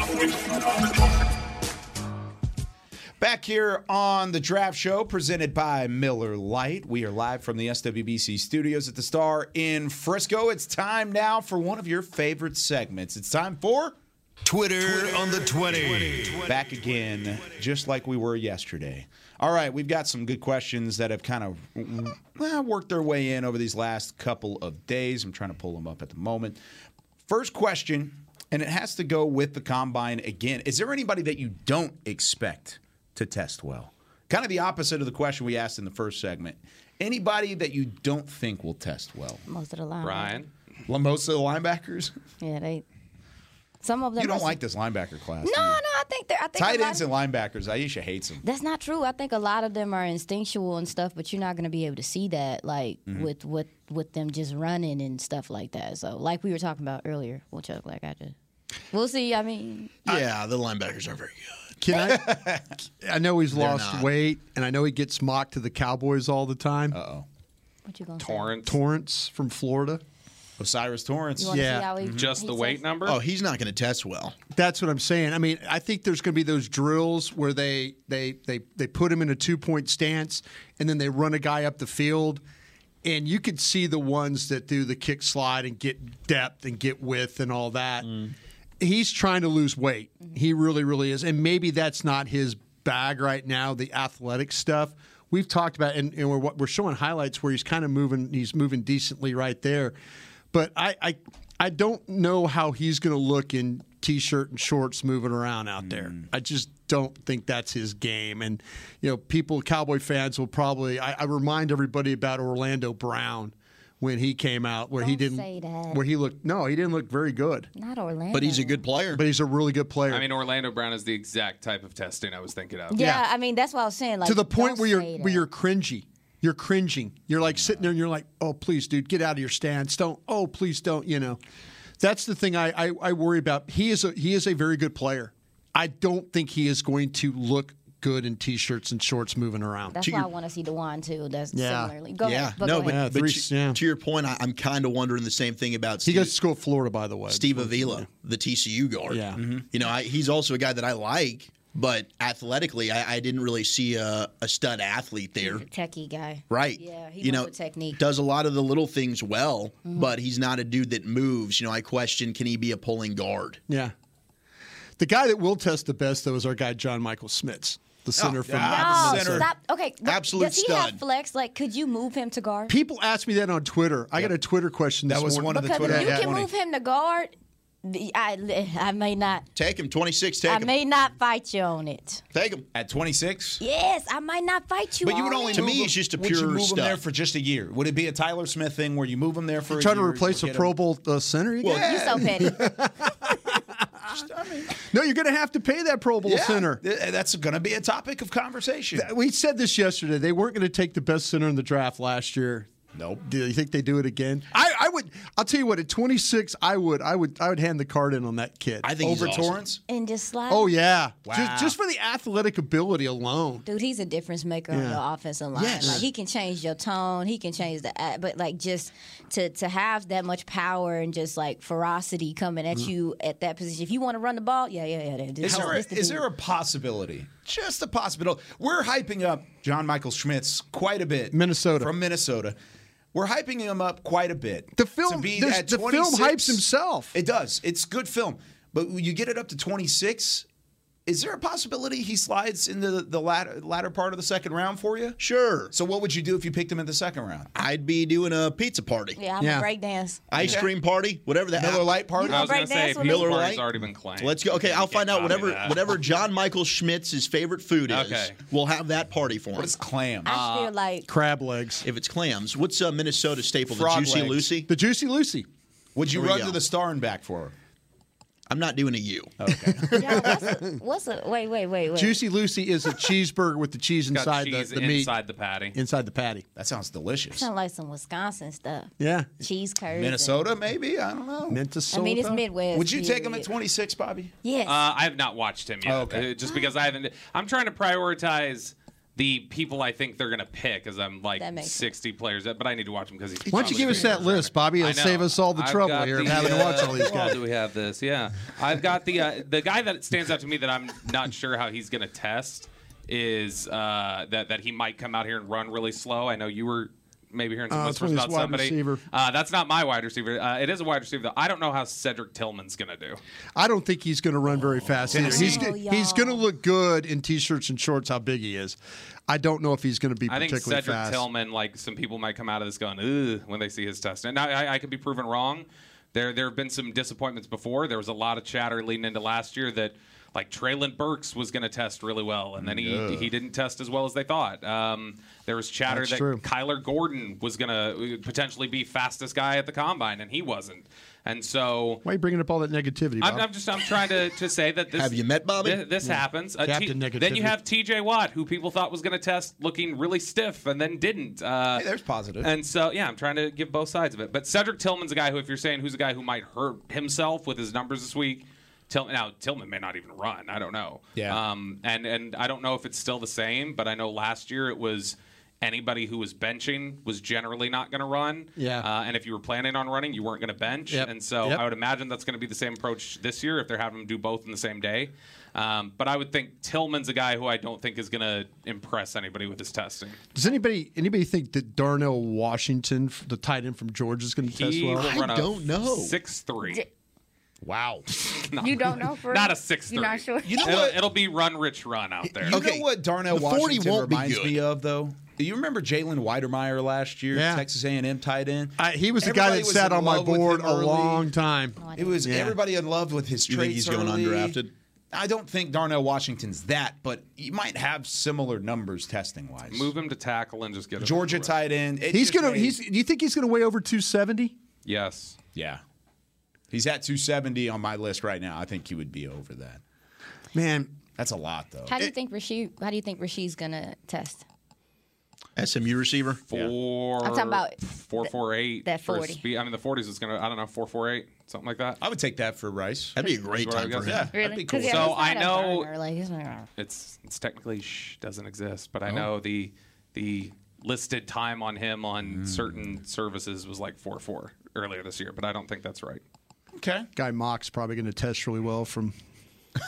Speaker 3: Back here on the draft show presented by Miller Lite. We are live from the SWBC studios at the Star in Frisco. It's time now for one of your favorite segments. It's time for
Speaker 1: Twitter, on the 20.
Speaker 3: Back again, just like we were yesterday. All right, we've got some good questions that have kind of well, worked their way in over these last couple of days. I'm trying to pull them up at the moment. First question, and it has to go with the combine again. Is there anybody that you don't expect to test well? Kind of the opposite of the question we asked in the first segment. Anybody that you don't think will test well?
Speaker 8: Most of the line.
Speaker 6: Ryan?
Speaker 8: Mm-hmm.
Speaker 3: Most of the linebackers?
Speaker 8: Yeah, they. Some of them.
Speaker 3: You
Speaker 8: are
Speaker 3: don't
Speaker 8: so-
Speaker 3: like this linebacker class.
Speaker 8: No,
Speaker 3: do you?
Speaker 8: no. I think they're. I think
Speaker 3: Tight
Speaker 8: a lot
Speaker 3: ends
Speaker 8: of-
Speaker 3: and linebackers, Aisha hates them.
Speaker 8: That's not true. I think a lot of them are instinctual and stuff, but you're not going to be able to see that, like
Speaker 4: Mm-hmm.
Speaker 3: Mhm.
Speaker 8: with with with them just running and stuff like that. So, like we were talking about earlier, we'll choke like I just. We'll see. I mean,
Speaker 7: Yeah, the linebackers aren't very good.
Speaker 4: Can I? I know he's
Speaker 7: They're
Speaker 4: lost
Speaker 7: not.
Speaker 4: weight, and I know he gets mocked to the Cowboys all the time.
Speaker 3: Uh-oh.
Speaker 8: what you gonna
Speaker 6: Torrance.
Speaker 4: Torrance from Florida.
Speaker 3: Osiris Torrance.
Speaker 8: You wanna see Yeah. how he-
Speaker 4: Mm-hmm.
Speaker 8: Just he the weight says- number?
Speaker 7: Oh, he's not going to test well.
Speaker 4: That's what I'm saying. I mean, I think there's going to be those drills where they they they they put him in a two point stance, and then they run a guy up the field, and you could see the ones that do the kick slide and get depth and get width and all that. He's trying to lose weight. He really, really is, and maybe that's not his bag right now. The athletic stuff we've talked about, and, and we're we're showing highlights where he's kind of moving. He's moving decently right there but I I, I don't know how he's going to look in t-shirt and shorts moving around out there.
Speaker 6: Mm.
Speaker 4: I just don't think that's his game. And you know, people, Cowboy fans will probably. I, I remind everybody about Orlando Brown when he came out, where he didn't,
Speaker 8: Don't say that.
Speaker 4: where he looked. No, he didn't look very good.
Speaker 8: not Orlando.
Speaker 4: good player. But he's a really good player.
Speaker 6: I mean, Orlando Brown is the exact type of testing I was thinking of.
Speaker 8: Yeah, I mean that's what I was saying. Like
Speaker 4: to the point
Speaker 8: don't
Speaker 4: where you're
Speaker 8: say
Speaker 4: where you're cringy. You're cringing. You're like sitting there and you're like, oh please, dude, get out of your stance. Don't. Oh please, don't. You know, that's the thing I, I I worry about. He is a he is a very good player. I don't think he is going to look good in t-shirts and shorts moving around.
Speaker 8: That's why I want to see Dewan too. That's
Speaker 4: Yeah.
Speaker 8: similarly. Go
Speaker 7: yeah,
Speaker 8: ahead. But
Speaker 7: no,
Speaker 8: go
Speaker 7: but,
Speaker 8: ahead.
Speaker 7: but to, to your point, I, I'm kind of wondering the same thing about
Speaker 4: He
Speaker 7: Steve,
Speaker 4: goes to school at Florida, by the way.
Speaker 7: Steve Avila, the TCU guard.
Speaker 4: Yeah.
Speaker 3: Mm-hmm.
Speaker 4: Mhm.
Speaker 7: you know, I, he's also a guy that I like, but athletically, I, I didn't really see a, a stud athlete there.
Speaker 8: techie guy.
Speaker 7: Right.
Speaker 8: Yeah, he
Speaker 7: you
Speaker 8: knows
Speaker 7: know,
Speaker 8: the technique. Mm-hmm.
Speaker 7: does a lot of the little things well, but he's not a dude that moves. You know, I question can he be a pulling guard?
Speaker 4: Yeah. The guy that will test the best though is our guy John Michael Smits,
Speaker 7: Oh,
Speaker 4: the center from
Speaker 8: No,
Speaker 4: Minnesota.
Speaker 8: Oh, stop. Okay, but
Speaker 4: Absolute
Speaker 8: Does he
Speaker 4: stud.
Speaker 8: have flex? Like, could you move him to guard?
Speaker 4: People ask me that on Twitter. I got a Twitter question.
Speaker 7: That
Speaker 4: this
Speaker 7: was
Speaker 4: morning.
Speaker 7: one of the
Speaker 8: Because if you
Speaker 4: Yeah.
Speaker 8: can move him to guard, the- I I may not.
Speaker 7: Take him, 26, take
Speaker 8: I
Speaker 7: him.
Speaker 8: may not fight you on it.
Speaker 7: Take him.
Speaker 3: At 26?
Speaker 8: Yes, I might not fight you.
Speaker 3: But you would
Speaker 8: on
Speaker 3: only
Speaker 8: it.
Speaker 3: move him- would you move him there for just a year. Would it be a Tyler Smith thing where you move him there for a
Speaker 4: Trying to
Speaker 3: year,
Speaker 4: replace a
Speaker 3: get
Speaker 4: Pro
Speaker 3: him-
Speaker 4: Bowl uh, center. You
Speaker 3: Well,
Speaker 4: got-
Speaker 8: You so petty.
Speaker 4: No, you're going to have to pay that Pro Bowl
Speaker 3: Yeah,
Speaker 4: center.
Speaker 3: th- that's going to be a topic of conversation.
Speaker 4: Th- We said this yesterday. They weren't going to take the best center in the draft last year.
Speaker 3: Nope.
Speaker 4: Do you think they do it again? I, I would. I'll tell you what. At 26, I would. I would. I would hand the card in on that kid.
Speaker 7: I
Speaker 4: over Torrance.
Speaker 8: And just slide.
Speaker 4: Oh yeah.
Speaker 8: Wow.
Speaker 4: Just, just for the athletic ability alone.
Speaker 8: Dude, he's a difference maker
Speaker 4: Yeah.
Speaker 8: on your offensive line.
Speaker 4: Yes.
Speaker 8: Like he can change your tone, he can change the act, but like just to to have that much power and just like ferocity coming at
Speaker 3: Mhm.
Speaker 8: you at that position. If you want to run the ball, yeah, yeah, yeah. that-
Speaker 3: Is
Speaker 8: this-
Speaker 3: there,
Speaker 8: this the
Speaker 3: is
Speaker 8: dude.
Speaker 3: there a possibility? Just a possibility. We're hyping up John Michael Schmitz quite a bit. Minnesota. From Minnesota. We're hyping him up quite a bit. The film,
Speaker 4: there's- the film hypes
Speaker 3: himself. It does. It's good film. But when you get it up to 26, is there a possibility he slides into the, the latter, latter part of the second round for you?
Speaker 7: Sure.
Speaker 3: So what would you do if you picked him in the second round?
Speaker 7: I'd be doing a pizza party.
Speaker 8: Yeah, I'm a breakdance.
Speaker 7: Ice
Speaker 8: Yeah.
Speaker 7: cream party, whatever that
Speaker 3: Miller Lite party? You
Speaker 6: I was gonna say Miller Lite's already been claimed.
Speaker 7: Let's go. Okay, I'll find out
Speaker 6: copy
Speaker 7: whatever
Speaker 6: that.
Speaker 7: whatever John Michael Schmitz's favorite food is.
Speaker 6: Okay.
Speaker 7: We'll have that party for him. What's
Speaker 3: clams?
Speaker 8: I feel like
Speaker 4: crab legs.
Speaker 7: If it's clams, what's a Minnesota staple?
Speaker 3: Frog
Speaker 7: the Juicy
Speaker 3: legs.
Speaker 7: Lucy.
Speaker 4: The Juicy Lucy.
Speaker 3: Would you
Speaker 7: Here we
Speaker 3: run
Speaker 7: go.
Speaker 3: to the star and back for her?
Speaker 7: I'm not doing a U.
Speaker 3: Okay.
Speaker 8: What's a wait, wait, wait, wait.
Speaker 4: Juicy Lucy is a cheeseburger with the cheese
Speaker 6: Got
Speaker 4: inside
Speaker 6: cheese
Speaker 4: the, the meat.
Speaker 6: inside the patty.
Speaker 4: Inside the patty.
Speaker 3: That sounds delicious.
Speaker 8: Sound like some Wisconsin stuff.
Speaker 4: Yeah.
Speaker 8: Cheese curds. and-
Speaker 3: Minnesota, maybe? I don't know.
Speaker 8: I mean, it's Midwest.
Speaker 3: Would you take him at
Speaker 8: period.
Speaker 3: 26, Bobby?
Speaker 8: Yes.
Speaker 6: Uh, I have not watched him
Speaker 4: Oh,
Speaker 6: yet. Uh, just because I haven't. I'm trying to prioritize the people I think they're going to pick as I'm like
Speaker 8: That makes
Speaker 6: 60 players, but I need to watch him because he's.
Speaker 4: Why don't you give us that list, Bobby? It'll
Speaker 6: I know.
Speaker 4: save us all the
Speaker 6: I've
Speaker 4: trouble
Speaker 6: got
Speaker 4: here of
Speaker 6: the,
Speaker 4: having to watch
Speaker 6: uh,
Speaker 4: all these
Speaker 6: who all
Speaker 4: guys.
Speaker 6: Do we have this? Yeah, I've got the uh, the guy that stands out to me that I'm not sure how he's going to test is uh, that that he might come out here and run really slow. I know you were maybe hearing some
Speaker 4: Uh, it's
Speaker 6: whispers
Speaker 4: one of
Speaker 6: about
Speaker 4: these wide
Speaker 6: somebody.
Speaker 4: receiver.
Speaker 6: Uh, that's not my wide receiver. Uh, it is a wide receiver though. I don't know how Cedric Tillman's going to do.
Speaker 4: I don't think he's going to run very fast either.
Speaker 6: Tennessee.
Speaker 4: He's,
Speaker 6: Oh,
Speaker 4: he's going to look good in t-shirts and shorts. How big he is, I don't know if he's going to be
Speaker 6: I think
Speaker 4: particularly
Speaker 6: Cedric
Speaker 4: fast.
Speaker 6: Tillman, like some people might come out of this going, Ugh, when they see his test. And I, I, I could be proven wrong. There, there have been some disappointments before. There was a lot of chatter leading into last year that like Traylon Burks was going to test really well, and then he
Speaker 14: Yeah.
Speaker 6: he didn't test as well as they thought. Um, there was chatter
Speaker 14: That's
Speaker 6: that
Speaker 14: true.
Speaker 6: Kyler Gordon was going to potentially be fastest guy at the combine, and he wasn't. And so
Speaker 4: Why are you bringing up all that negativity?
Speaker 6: I'm,
Speaker 4: Bob?
Speaker 6: I'm just I'm trying to, to say that this
Speaker 4: Have you met Bobby?
Speaker 6: thi- This,
Speaker 4: Yeah.
Speaker 6: happens. Uh,
Speaker 4: Captain
Speaker 6: T- then
Speaker 4: Negativity.
Speaker 6: you have T.J. Watt, who people thought was going to test looking really stiff, and then didn't. Uh,
Speaker 3: Hey, there's positive.
Speaker 6: And so yeah, I'm trying to give both sides of it. But Cedric Tillman's a guy who, if you're saying who's a guy who might hurt himself with his numbers this week. Till, now Tillman may not even run. I don't know.
Speaker 3: Yeah.
Speaker 6: Um. And and I don't know if it's still the same, but I know last year it was anybody who was benching was generally not going to run.
Speaker 4: Yeah.
Speaker 6: Uh, and if you were planning on running, you weren't going to bench.
Speaker 4: Yep.
Speaker 6: And so
Speaker 4: Yep.
Speaker 6: I would imagine that's going to be the same approach this year if they're having them do both in the same day. Um, but I would think Tillman's a guy who I don't think is going to impress anybody with his testing.
Speaker 4: Does anybody anybody think that Darnell Washington, f- the tight end from Georgia, is going to test
Speaker 6: He
Speaker 4: well?
Speaker 6: will run a Six three.
Speaker 4: Wow.
Speaker 15: You don't know for
Speaker 6: not a
Speaker 15: real?
Speaker 6: six three.
Speaker 15: You're not sure? You know
Speaker 6: it'll,
Speaker 15: what?
Speaker 6: it'll be run rich run out there.
Speaker 3: You know what Darnell
Speaker 6: The 40
Speaker 3: Washington
Speaker 6: won't be
Speaker 3: reminds
Speaker 6: good.
Speaker 3: me of, though? Do you remember Jalen Weidermeyer last year,
Speaker 4: Yeah.
Speaker 3: Texas A&M tight end?
Speaker 4: I, he was the guy that sat on my board a long time.
Speaker 3: It was
Speaker 4: Yeah.
Speaker 3: everybody in love with his
Speaker 4: You
Speaker 3: traits.
Speaker 4: think he's going
Speaker 3: early.
Speaker 4: undrafted?
Speaker 3: I don't think Darnell Washington's that, but he might have similar numbers testing wise.
Speaker 6: Move him to tackle and just get him.
Speaker 3: Georgia tight end. it
Speaker 4: he's
Speaker 3: just
Speaker 4: going to.
Speaker 3: made-
Speaker 4: He's. Do you think he's going to weigh over 270?
Speaker 6: Yes.
Speaker 3: Yeah. He's at 270 on my list right now. I think he would be over that.
Speaker 4: Man,
Speaker 3: that's a lot though.
Speaker 8: How do you think Rashid? How do you think Rashid's gonna test?
Speaker 7: SMU receiver.
Speaker 6: Four.
Speaker 8: I'm talking about
Speaker 6: four four eight.
Speaker 8: that
Speaker 6: for
Speaker 8: 40.
Speaker 6: speed. I mean, the forties is gonna. I don't know four four eight something like that.
Speaker 3: I would take that for Rice.
Speaker 7: That'd be a great time for him.
Speaker 6: Yeah,
Speaker 8: Really?
Speaker 6: that'd be cool.
Speaker 8: 'Cause, yeah,
Speaker 6: so
Speaker 8: he's
Speaker 6: I
Speaker 8: not a
Speaker 6: know
Speaker 8: burner, like, he's not-
Speaker 6: it's it's technically shh doesn't exist, but I know the the listed time on him on certain services was like four four earlier this year, but I don't think that's right.
Speaker 3: Okay.
Speaker 4: Guy Mock's probably going to test really well from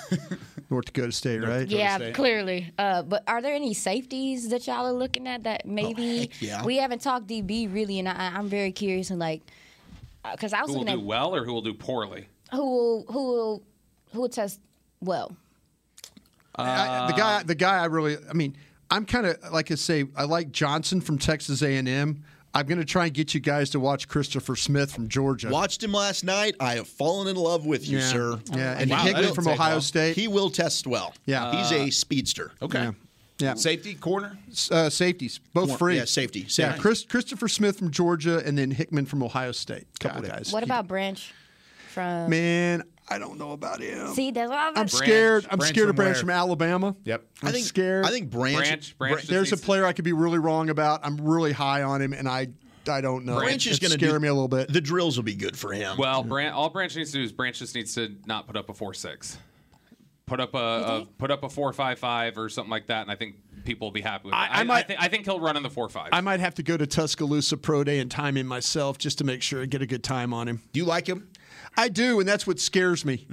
Speaker 4: North Dakota State, right?
Speaker 8: Yeah, clearly. Uh, but are there any safeties that y'all are looking at that maybe
Speaker 4: heck yeah.
Speaker 8: we haven't talked DB really, and I, I- I'm very curious and like because I was
Speaker 6: Who will
Speaker 8: looking
Speaker 6: do
Speaker 8: at
Speaker 6: well or who will do poorly?
Speaker 8: who will who will who will test well.
Speaker 4: I- I- the
Speaker 7: Um,
Speaker 4: guy, the guy, I really, I mean, I'm kind of like I say, I like Johnson from Texas A&M. I'm going to try and get you guys to watch Christopher Smith from Georgia.
Speaker 7: Watched him last night. I have fallen in love with you,
Speaker 4: Yeah.
Speaker 7: sir.
Speaker 4: Yeah, and Wow, Higby that'll from take Ohio well. State.
Speaker 7: He will test well.
Speaker 4: Yeah.
Speaker 7: he's
Speaker 4: Uh,
Speaker 7: a speedster.
Speaker 4: Yeah. Yeah.
Speaker 3: Safety corner.
Speaker 4: S- Uh, safeties, both
Speaker 7: Corner-
Speaker 4: free.
Speaker 7: yeah, safety,
Speaker 4: Yeah,
Speaker 7: safety.
Speaker 4: Chris, Christopher Smith from Georgia, and then Hickman from Ohio State. Couple guys.
Speaker 8: What about Branch from?
Speaker 4: man? I don't know about him.
Speaker 8: See, that's what I'm,
Speaker 4: I'm scared. I'm scared of Branch from
Speaker 8: Alabama.
Speaker 4: Alabama.
Speaker 3: Yep.
Speaker 4: I'm
Speaker 7: I think-
Speaker 4: scared.
Speaker 7: I think Branch- Branch- Branch
Speaker 4: There's a
Speaker 7: needs
Speaker 4: player I could be really wrong about. I'm really high on him, and I I don't know.
Speaker 6: Branch is
Speaker 4: It
Speaker 6: gonna
Speaker 4: scare
Speaker 6: do-
Speaker 4: me a little bit.
Speaker 7: The drills will be good for him.
Speaker 6: Well, Bran- all Branch needs to do is Branch just needs to not put up a four six, put up a, a put up a four five five or something like that, and I think people will be happy with it. I, I, thi- I think he'll run in the four five.
Speaker 4: I might have to go to Tuscaloosa Pro Day and time him myself just to make sure I get a good time on him.
Speaker 3: Do you like him?
Speaker 4: I do, and that's what scares me.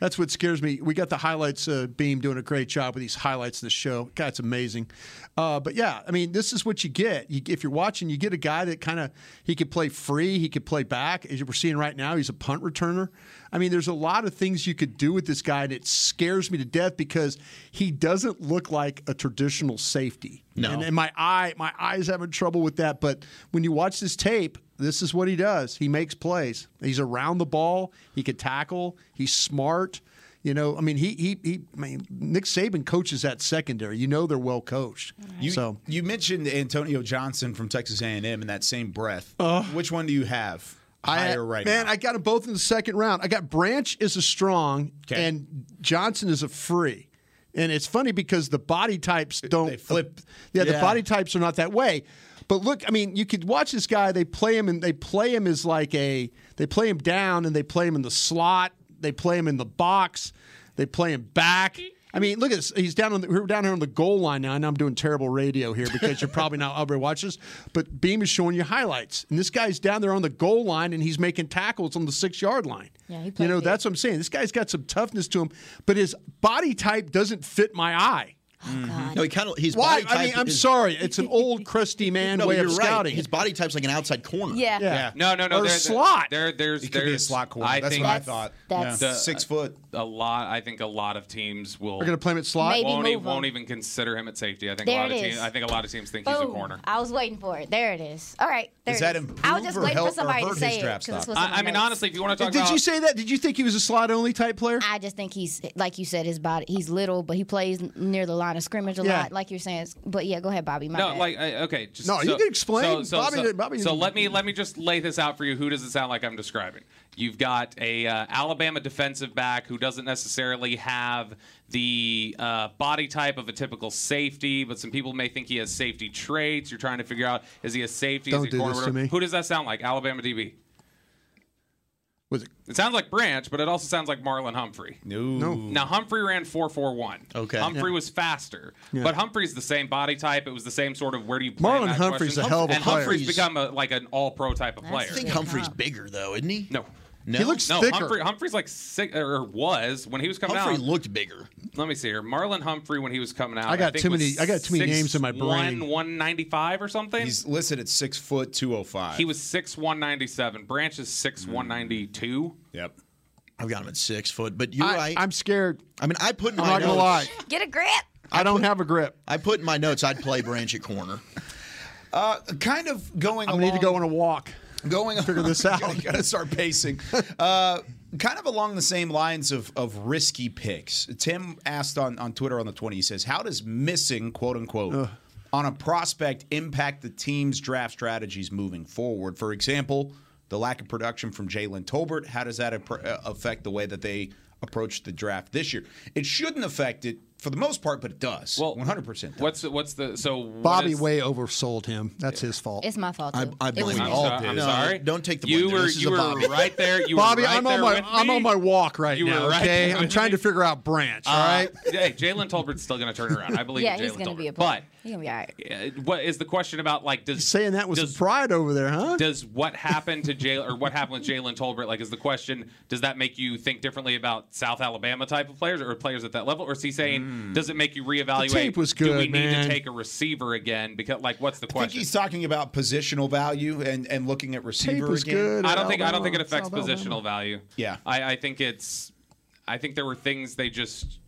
Speaker 4: That's what scares me. We got the highlights uh, beam doing a great job with these highlights of the show. God, it's amazing. Uh, but yeah, I mean, this is what you get. You, if you're watching, you get a guy that kind of he could play free, he could play back. As we're seeing right now, he's a punt returner. I mean, there's a lot of things you could do with this guy, and it scares me to death because he doesn't look like a traditional safety.
Speaker 7: No.
Speaker 4: And, and my eye, my eyes having trouble with that. But when you watch this tape, this is what he does. He makes plays. He's around the ball. He can tackle. He's smart. You know, I mean, he he he. I mean, Nick Saban coaches that secondary. You know, they're well coached.
Speaker 3: You,
Speaker 4: So
Speaker 3: you mentioned Antonio Johnson from Texas A&M in that same breath. Which one do you have higher right
Speaker 4: man,
Speaker 3: now?
Speaker 4: Uh. I got them both in the second round. I got Branch is a strong and Johnson is a free. And it's funny because the body types don't flip. Yeah, the
Speaker 3: Yeah.
Speaker 4: body types are not that way. But look, I mean, you could watch this guy. They play him and they play him as like a they play him down and they play him in the slot. They play him in the box. They play him back. I mean, look at this. He's down on the, we're down here on the goal line now. I know I'm doing terrible radio here because you're probably not over watches, but Beam is showing you highlights. And this guy's down there on the goal line and he's making tackles on the six yard line.
Speaker 5: Yeah, he
Speaker 4: You
Speaker 5: played
Speaker 4: know,
Speaker 5: big.
Speaker 4: that's what I'm saying. This guy's got some toughness to him, but his body type doesn't fit my eye.
Speaker 7: No, he kind of his
Speaker 4: Why?
Speaker 7: body
Speaker 4: I mean,
Speaker 7: type
Speaker 4: I'm
Speaker 7: is-
Speaker 4: sorry. It's an old crusty man
Speaker 7: No,
Speaker 4: way
Speaker 7: you're
Speaker 4: of
Speaker 7: right.
Speaker 4: scouting.
Speaker 7: His body type's like an outside corner.
Speaker 5: Yeah.
Speaker 6: No, no, no.
Speaker 4: Or
Speaker 6: there-
Speaker 4: slot.
Speaker 6: There, there's,
Speaker 4: could be a
Speaker 6: there's
Speaker 4: slot corner.
Speaker 6: I
Speaker 4: That's
Speaker 6: think
Speaker 4: what I That's- thought.
Speaker 5: that's- uh,
Speaker 6: The-
Speaker 3: Six foot.
Speaker 6: A lot. I think a lot of teams will.
Speaker 4: Are gonna play him at slot? Maybe
Speaker 6: won't, e-
Speaker 5: move him.
Speaker 6: won't even consider him at safety. I think
Speaker 5: There
Speaker 6: a lot
Speaker 5: it
Speaker 6: of teams.
Speaker 5: is.
Speaker 6: I think a lot of teams think he's a
Speaker 5: Boom.
Speaker 6: corner.
Speaker 5: I was waiting for it. There it is. All right. There
Speaker 6: Does
Speaker 5: it
Speaker 6: that
Speaker 5: is.
Speaker 6: improve
Speaker 5: I was just
Speaker 6: or
Speaker 5: waiting
Speaker 6: help
Speaker 5: for
Speaker 6: or
Speaker 5: somebody
Speaker 6: hurt
Speaker 5: to
Speaker 6: his
Speaker 5: say it
Speaker 6: draft
Speaker 5: because this
Speaker 6: stock?
Speaker 5: was
Speaker 6: I-
Speaker 5: on my
Speaker 6: I mean,
Speaker 5: notes.
Speaker 6: honestly, if you wanna talk
Speaker 4: Did you
Speaker 6: about-
Speaker 4: say that? Did you think he was a slot only type player?
Speaker 8: I just think he's like you said, his body. He's little, but he plays n- near the line of scrimmage a
Speaker 6: Yeah.
Speaker 8: lot, like you're saying. But yeah, go ahead, Bobby. My
Speaker 6: no,
Speaker 8: bad.
Speaker 6: like I, okay. Just,
Speaker 8: No, you
Speaker 6: so-
Speaker 8: can explain.
Speaker 6: So, so,
Speaker 8: Bobby
Speaker 6: so,
Speaker 8: did- Bobby-
Speaker 6: so let me let me just lay this out for you. Who does it sound like I'm describing? You've got a uh, Alabama defensive back who doesn't necessarily have the uh, body type of a typical safety, but some people may think he has safety traits. You're trying to figure out is he a safety?
Speaker 4: Don't
Speaker 6: is he
Speaker 4: do
Speaker 6: a corner?
Speaker 4: this to
Speaker 6: whatever.
Speaker 4: me.
Speaker 6: Who does that sound like? Alabama DB.
Speaker 4: Was it?
Speaker 6: It sounds like Branch, but it also sounds like Marlon Humphrey.
Speaker 3: No.
Speaker 6: Now Humphrey ran four four one.
Speaker 7: Okay.
Speaker 6: Humphrey
Speaker 7: Yeah.
Speaker 6: was faster,
Speaker 7: Yeah.
Speaker 6: but Humphrey's the same body type. It was the same sort of where do you play
Speaker 7: Marlon
Speaker 6: that
Speaker 7: Humphrey's
Speaker 6: question.
Speaker 7: a hell of a
Speaker 6: and
Speaker 7: player.
Speaker 6: Humphrey's become a, like an all pro type of player.
Speaker 7: I think Humphrey's bigger though, isn't he?
Speaker 6: No.
Speaker 7: No.
Speaker 6: no, Humphrey, Humphrey's like six or was when he was coming
Speaker 7: Humphrey
Speaker 6: out.
Speaker 7: looked bigger.
Speaker 6: Let me see here. Marlon Humphrey when he was coming out.
Speaker 4: I got
Speaker 6: think
Speaker 4: too many-
Speaker 6: was
Speaker 4: I got too many names in my brain.
Speaker 6: 6'1", 195 or something.
Speaker 3: He's listed at six foot, 205.
Speaker 6: he was six one ninety seven. Branch is six one ninety two.
Speaker 3: Yep.
Speaker 7: I've got him at six foot, but you're
Speaker 6: I-
Speaker 7: right.
Speaker 4: I'm scared.
Speaker 7: I mean, I put in
Speaker 4: I'm
Speaker 7: my
Speaker 4: not gonna
Speaker 7: notes.
Speaker 4: lie.
Speaker 5: Get a grip.
Speaker 4: I don't have a grip.
Speaker 7: I put in my notes. I'd play Branch at corner.
Speaker 3: Uh, kind of going. I
Speaker 4: need to go on a walk.
Speaker 3: Going
Speaker 4: figure this out.
Speaker 3: gotta, gotta start pacing. Uh, kind of along the same lines of, of risky picks. Tim asked on, on Twitter on the twenty. He says, "How does missing quote unquote on a prospect impact the team's draft strategies moving forward? For example, the lack of production from Jalen Tolbert. How does that appro- uh, affect the way that they approach the draft this year? It shouldn't affect it." For the most part, but it does. Well, one hundred percent.
Speaker 6: What's what's the so what
Speaker 4: Bobby
Speaker 6: is-
Speaker 4: way oversold him. That's his fault.
Speaker 8: It's my fault.
Speaker 4: I-
Speaker 8: too.
Speaker 4: I
Speaker 8: It was
Speaker 4: blame
Speaker 8: my
Speaker 4: you. All
Speaker 8: fault.
Speaker 4: did.
Speaker 6: I'm
Speaker 4: No,
Speaker 6: sorry.
Speaker 4: don't take the
Speaker 6: You
Speaker 4: blame there.
Speaker 6: were
Speaker 4: This is
Speaker 6: you
Speaker 4: a
Speaker 6: were
Speaker 4: Bobby.
Speaker 6: right there. You
Speaker 4: Bobby,
Speaker 6: were right
Speaker 4: I'm on
Speaker 6: there
Speaker 4: my
Speaker 6: with
Speaker 4: I'm
Speaker 6: me.
Speaker 4: on my walk right
Speaker 6: You were
Speaker 4: now.
Speaker 6: right
Speaker 4: okay,
Speaker 6: there
Speaker 4: I'm
Speaker 6: with
Speaker 4: trying to figure out Branch. All right.
Speaker 6: Uh, hey, Jalen Tolbert's still going to turn around. I believe
Speaker 8: yeah,
Speaker 6: in Jalen
Speaker 8: he's gonna
Speaker 6: Tolbert.
Speaker 8: be a player.
Speaker 6: but
Speaker 8: He's gonna be all right.
Speaker 6: uh, what is the question about like does
Speaker 4: Saying that with some pride over there, huh?
Speaker 6: does what happened to Jalen or what happened with Jalen Tolbert like is the question does that make you think differently about South Alabama type of players or players at that level or is he saying does it make you reevaluate
Speaker 4: Mm. The tape was
Speaker 6: do we
Speaker 4: good,
Speaker 6: need
Speaker 4: man.
Speaker 6: to take a receiver again because like what's the
Speaker 3: I think
Speaker 6: question
Speaker 3: he's talking about positional value and, and looking at receiver
Speaker 6: was
Speaker 3: again.
Speaker 6: good I don't think- I don't think it affects
Speaker 3: Alabama.
Speaker 6: positional value.
Speaker 3: Yeah.
Speaker 6: I, I think it's I think there were things they just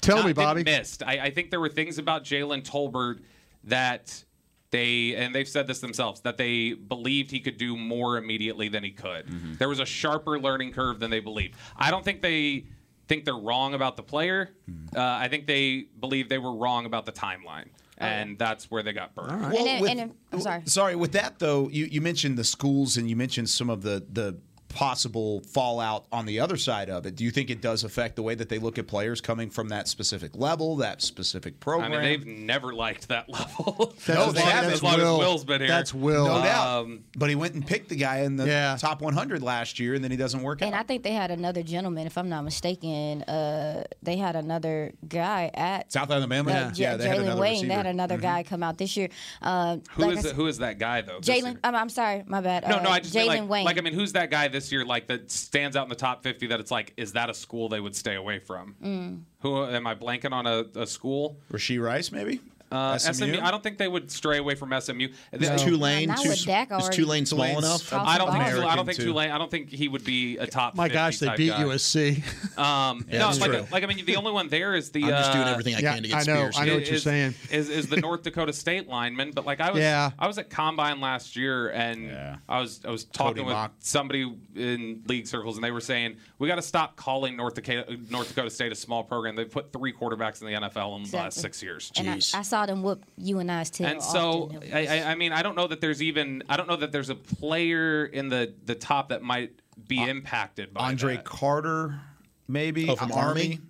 Speaker 4: Tell
Speaker 6: not-
Speaker 4: me,
Speaker 6: didn't
Speaker 4: Bobby.
Speaker 6: missed. I, I think there were things about Jalen Tolbert that they and they've said this themselves that they believed he could do more immediately than he could. There was a sharper learning curve than they believed. I don't think they think they're wrong about the player. Uh, I think they believe they were wrong about the timeline, and that's where they got burned.
Speaker 3: Well,
Speaker 8: and, then,
Speaker 3: with-
Speaker 8: and then- I'm sorry.
Speaker 3: Sorry, with that though, you, you mentioned the schools and you mentioned some of the the possible fallout on the other side of it. Do you think it does affect the way that they look at players coming from that specific level, that specific program?
Speaker 6: I mean, they've never liked that level.
Speaker 3: no,
Speaker 6: as
Speaker 3: they
Speaker 6: long,
Speaker 3: haven't.
Speaker 6: As long as Will's been here.
Speaker 3: That's Will. No doubt.
Speaker 6: Um,
Speaker 3: But he went and picked the guy in the
Speaker 6: Yeah.
Speaker 3: top 100 last year, and then he doesn't work
Speaker 8: And
Speaker 3: out.
Speaker 8: I think they had another gentleman, if I'm not mistaken. Uh, they had another guy at
Speaker 3: South Alabama.
Speaker 8: uh, J- Jalen Wayne. They had another guy come out this year. Uh,
Speaker 6: Mm-hmm. Who
Speaker 8: like
Speaker 6: is
Speaker 8: I
Speaker 6: the-
Speaker 8: said-
Speaker 6: who is that guy though? this
Speaker 8: Jalen. I'm, I'm sorry, my bad.
Speaker 6: No,
Speaker 8: Uh,
Speaker 6: no, I just
Speaker 8: Jalen
Speaker 6: mean, like,
Speaker 8: Wayne.
Speaker 6: like I mean, who's that guy this year? Like that stands out in the top fifty. That it's like, is that a school they would stay away from?
Speaker 8: Mm.
Speaker 6: Who am I blanking on a, a school?
Speaker 3: Rasheed Rice, maybe.
Speaker 6: Uh, SMU?
Speaker 3: SMU?
Speaker 6: I don't think they would stray away from SMU.
Speaker 7: Is Tulane Not too- with Dak is already. Tulane small
Speaker 6: Tulane's-
Speaker 7: enough?
Speaker 6: I don't think. I
Speaker 7: American,
Speaker 6: don't think
Speaker 7: too.
Speaker 6: Tulane. I don't think he would be a top.
Speaker 4: My
Speaker 6: 50
Speaker 4: gosh, they
Speaker 6: type
Speaker 4: beat
Speaker 6: guy.
Speaker 4: USC.
Speaker 6: Um,
Speaker 4: Yeah,
Speaker 6: no,
Speaker 4: that's
Speaker 6: like,
Speaker 4: true.
Speaker 6: like I mean, the only one there is the.
Speaker 4: I'm just
Speaker 6: uh,
Speaker 4: doing everything I Yeah, can to get I know- Spears. I know what you're
Speaker 6: is-
Speaker 4: saying.
Speaker 6: Is is the North Dakota State lineman? But like I was,
Speaker 4: Yeah.
Speaker 6: I was at combine last year, and I was I was talking with
Speaker 4: Mock.
Speaker 6: somebody in league circles, and they were saying we got to stop calling North Dakota North Dakota State a small program. They've put three quarterbacks in the NFL in the last
Speaker 8: Exactly.
Speaker 6: six years.
Speaker 8: And I, I saw them whoop you and I's tail.
Speaker 6: And so,
Speaker 8: often.
Speaker 6: I, I, I mean, I don't know that there's even, I don't know that there's a player in the the top that might be
Speaker 4: Ah,
Speaker 6: impacted by
Speaker 3: Andre Carter, maybe.
Speaker 6: Oh, from Army?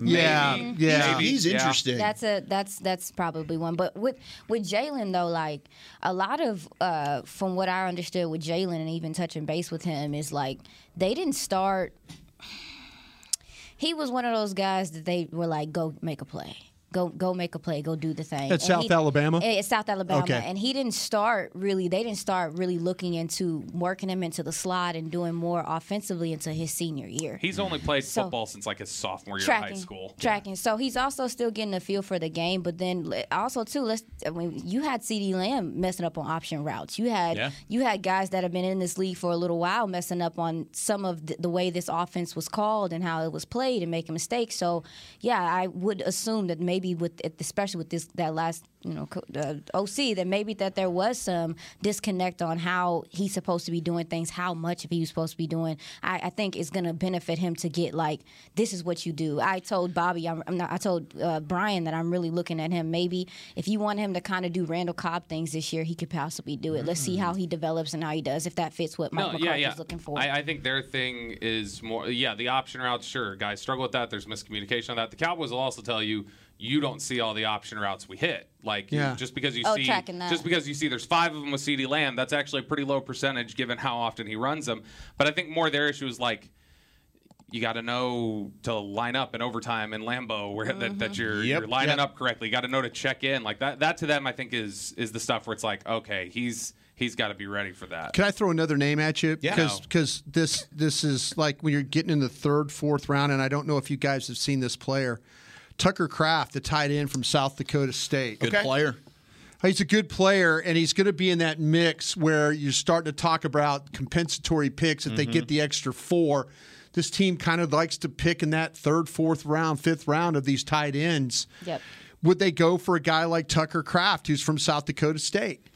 Speaker 3: Yeah,
Speaker 6: Maybe.
Speaker 3: yeah.
Speaker 6: Maybe, He's yeah. interesting.
Speaker 8: That's a that's that's probably one. But with with Jalen though, like a lot of uh, from what I understood with Jalen and even touching base with him is like they didn't start. He was one of those guys that they were like, go make a play. Go, go make a play. Go do the thing.
Speaker 4: That's
Speaker 8: And
Speaker 4: South Alabama?
Speaker 8: Eh, It's South Alabama,
Speaker 4: Okay.
Speaker 8: and he didn't start really. They didn't start really looking into working him into the slot and doing more offensively until his senior year.
Speaker 6: He's only played
Speaker 8: So-
Speaker 6: football since like his sophomore year of high school.
Speaker 8: Tracking. So he's also still getting a feel for the game. But then le- also too, let's. I mean, you had C.D. Lamb messing up on option routes. You had
Speaker 14: Yeah.
Speaker 8: you had guys that have been in this league for a little while messing up on some of the, the way this offense was called and how it was played and making mistakes. So yeah, I would assume that maybe with especially with this that last you know co- uh, OC that maybe that there was some disconnect on how he's supposed to be doing things, how much of he was supposed to be doing. I, I think it's gonna benefit him to get like this is what you do. I told Bobby, I'm, I'm not, I told uh, Brian that I'm really looking at him. Maybe if you want him to kind of do Randall Cobb things this year, he could possibly do it. Let's see
Speaker 6: Mm-hmm.
Speaker 8: how he develops and how he does. If that fits what Mike McCarthy's looking for.
Speaker 6: I, I think their thing is more, yeah, the option routes, sure. Guys struggle with that. There's miscommunication on that. The Cowboys will also tell you, you don't see all the option routes we hit. Like, you-
Speaker 15: Yeah.
Speaker 6: just because you
Speaker 15: Oh,
Speaker 6: see,
Speaker 15: tracking that.
Speaker 6: just because you see there's five of them with CeeDee Lamb, that's actually a pretty low percentage given how often he runs them. But I think more their issue is like, you got to know to line up in overtime in Lambeau where that, that you're,
Speaker 15: Yep,
Speaker 6: you're lining
Speaker 15: yep.
Speaker 6: up correctly. You got to know to check in like that. That to them, I think is is the stuff where it's like, okay, he's he's got to be ready for that.
Speaker 4: Can I throw another name at you?
Speaker 6: Yeah.
Speaker 4: Because this this is like when you're getting in the third, fourth round, and I don't know if you guys have seen this player, Tucker Kraft, the tight end from South Dakota State.
Speaker 7: Good player.
Speaker 4: He's a good player, and he's going to be in that mix where you're starting to talk about compensatory picks if they
Speaker 7: Mhm.
Speaker 4: get the extra four. This team kind of likes to pick in that third, fourth round, fifth round of these tight ends.
Speaker 8: Yep.
Speaker 4: Would they go for a guy like Tucker Kraft, who's from South Dakota State?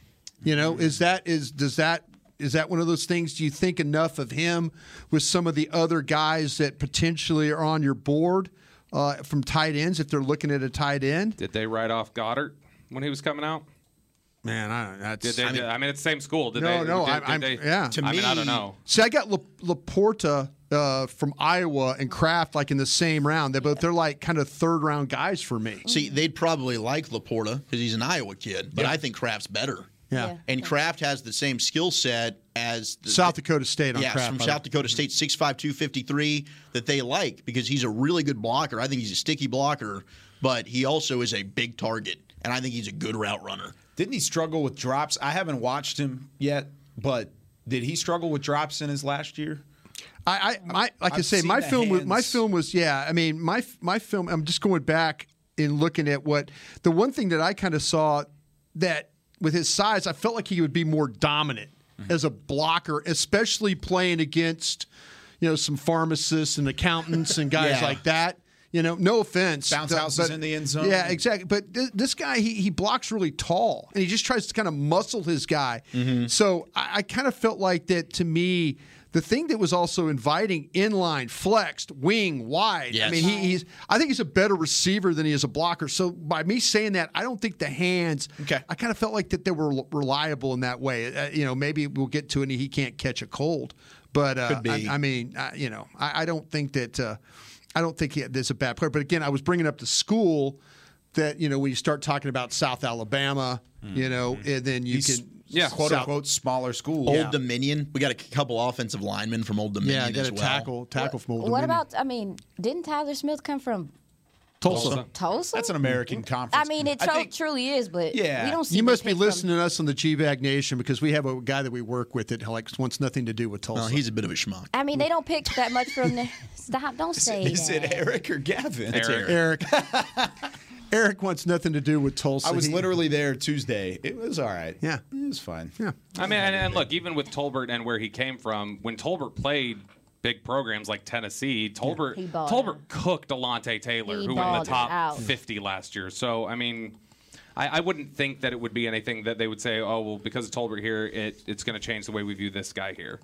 Speaker 4: You know, is that is does that is that one of those things? Do you think enough of him with some of the other guys that potentially are on your board uh, from tight ends if they're looking at a tight end?
Speaker 6: Did they write off Goddard when he was coming out?
Speaker 4: Man, I don't. That's,
Speaker 6: Did they, I, mean, I mean, it's the same school. Did
Speaker 4: no,
Speaker 6: they,
Speaker 4: no,
Speaker 6: did,
Speaker 4: I,
Speaker 6: did
Speaker 4: I'm
Speaker 6: they-
Speaker 4: yeah.
Speaker 6: I mean, I don't know.
Speaker 4: See, I got La, Laporta uh, from Iowa and Kraft like in the same round. They both they're like kind of third round guys for me.
Speaker 7: See, they'd probably like Laporta because he's an Iowa kid, but I think Kraft's better.
Speaker 4: Yeah. Yeah.
Speaker 7: And Kraft has the same skill set as the,
Speaker 4: South Dakota State on
Speaker 7: yes,
Speaker 4: Kraft.
Speaker 7: from
Speaker 4: by the
Speaker 7: South Dakota State, 6'5", 253, that they like because he's a really good blocker. I think he's a sticky blocker, but he also is a big target, and I think he's a good route runner.
Speaker 3: Didn't he struggle with drops? I haven't watched him yet, but did he struggle with drops in his last year?
Speaker 4: I, I my like I
Speaker 3: I've
Speaker 4: say,
Speaker 3: seen
Speaker 4: my
Speaker 3: the
Speaker 4: film was my
Speaker 3: hands.
Speaker 4: film was yeah. I mean, my my film. I'm just going back and looking at what the one thing that I kind of saw that with his size, I felt like he would be more dominant
Speaker 3: Mm-hmm.
Speaker 4: as a blocker, especially playing against you know some pharmacists and accountants and guys
Speaker 3: Yeah.
Speaker 4: like that. You know, no offense.
Speaker 3: Bounce
Speaker 4: but-
Speaker 3: houses
Speaker 4: but-
Speaker 3: in the end zone.
Speaker 4: Yeah, exactly. But th- this guy, he, he blocks really tall, and he just tries to kind of muscle his guy.
Speaker 7: Mm-hmm.
Speaker 4: So I, I kind of felt like that to me. The thing that was also inviting inline, flexed, wing, wide. I
Speaker 7: Yes.
Speaker 4: mean, he, he's. I think he's a better receiver than he is a blocker. So by me saying that, I don't think the hands. Okay. I kind of felt like that they were reliable in that way. Uh, you know, maybe we'll get to it and he can't catch a cold, But uh,
Speaker 7: Could be.
Speaker 4: I, I mean, I, you know, I, I don't think that uh, I don't think he, there's a bad player. But again, I was bringing up the school that you know when you start talking about South Alabama,
Speaker 3: Mm-hmm.
Speaker 4: you know, and then you
Speaker 7: He's-
Speaker 4: can
Speaker 7: yeah, quote, unquote,
Speaker 3: smaller school.
Speaker 7: Old
Speaker 4: Yeah.
Speaker 7: Dominion. We got a couple offensive linemen from Old Dominion
Speaker 4: got
Speaker 7: as
Speaker 4: a
Speaker 7: well.
Speaker 4: tackle- tackle from Old
Speaker 8: What about? I mean, didn't Tyler Smith come from?
Speaker 4: Tulsa?
Speaker 8: Tulsa?
Speaker 3: That's an American
Speaker 8: I
Speaker 3: conference.
Speaker 8: mean, it
Speaker 3: I
Speaker 8: tru-
Speaker 3: think-
Speaker 8: truly is, but we don't see.
Speaker 4: you
Speaker 8: the
Speaker 4: must be
Speaker 8: pick from-
Speaker 4: listening to us on the GVAG Nation because we have a guy that we work with that like wants nothing to do with Tulsa.
Speaker 7: Uh, he's a bit of a schmuck.
Speaker 8: I mean, they don't pick that much from there. Stop! Don't say
Speaker 3: Is
Speaker 8: that.
Speaker 3: it Eric or Gavin?
Speaker 4: It's Eric. Eric. Eric wants nothing to do with Tulsa.
Speaker 3: I was
Speaker 4: He-
Speaker 3: literally there Tuesday. It was all right.
Speaker 4: Yeah.
Speaker 3: It was fine.
Speaker 4: Yeah.
Speaker 6: I mean, and, and look, even with Tolbert and where he came from, when Tolbert played big programs like Tennessee, Tolbert
Speaker 8: He balled
Speaker 6: Tolbert cooked Delonte Taylor,
Speaker 8: He
Speaker 6: who won the
Speaker 8: balled
Speaker 6: top
Speaker 8: out.
Speaker 6: 50 last year. So, I mean, I, I wouldn't think that it would be anything that they would say, oh, well, because of Tolbert here, it, it's going to change the way we view this guy here.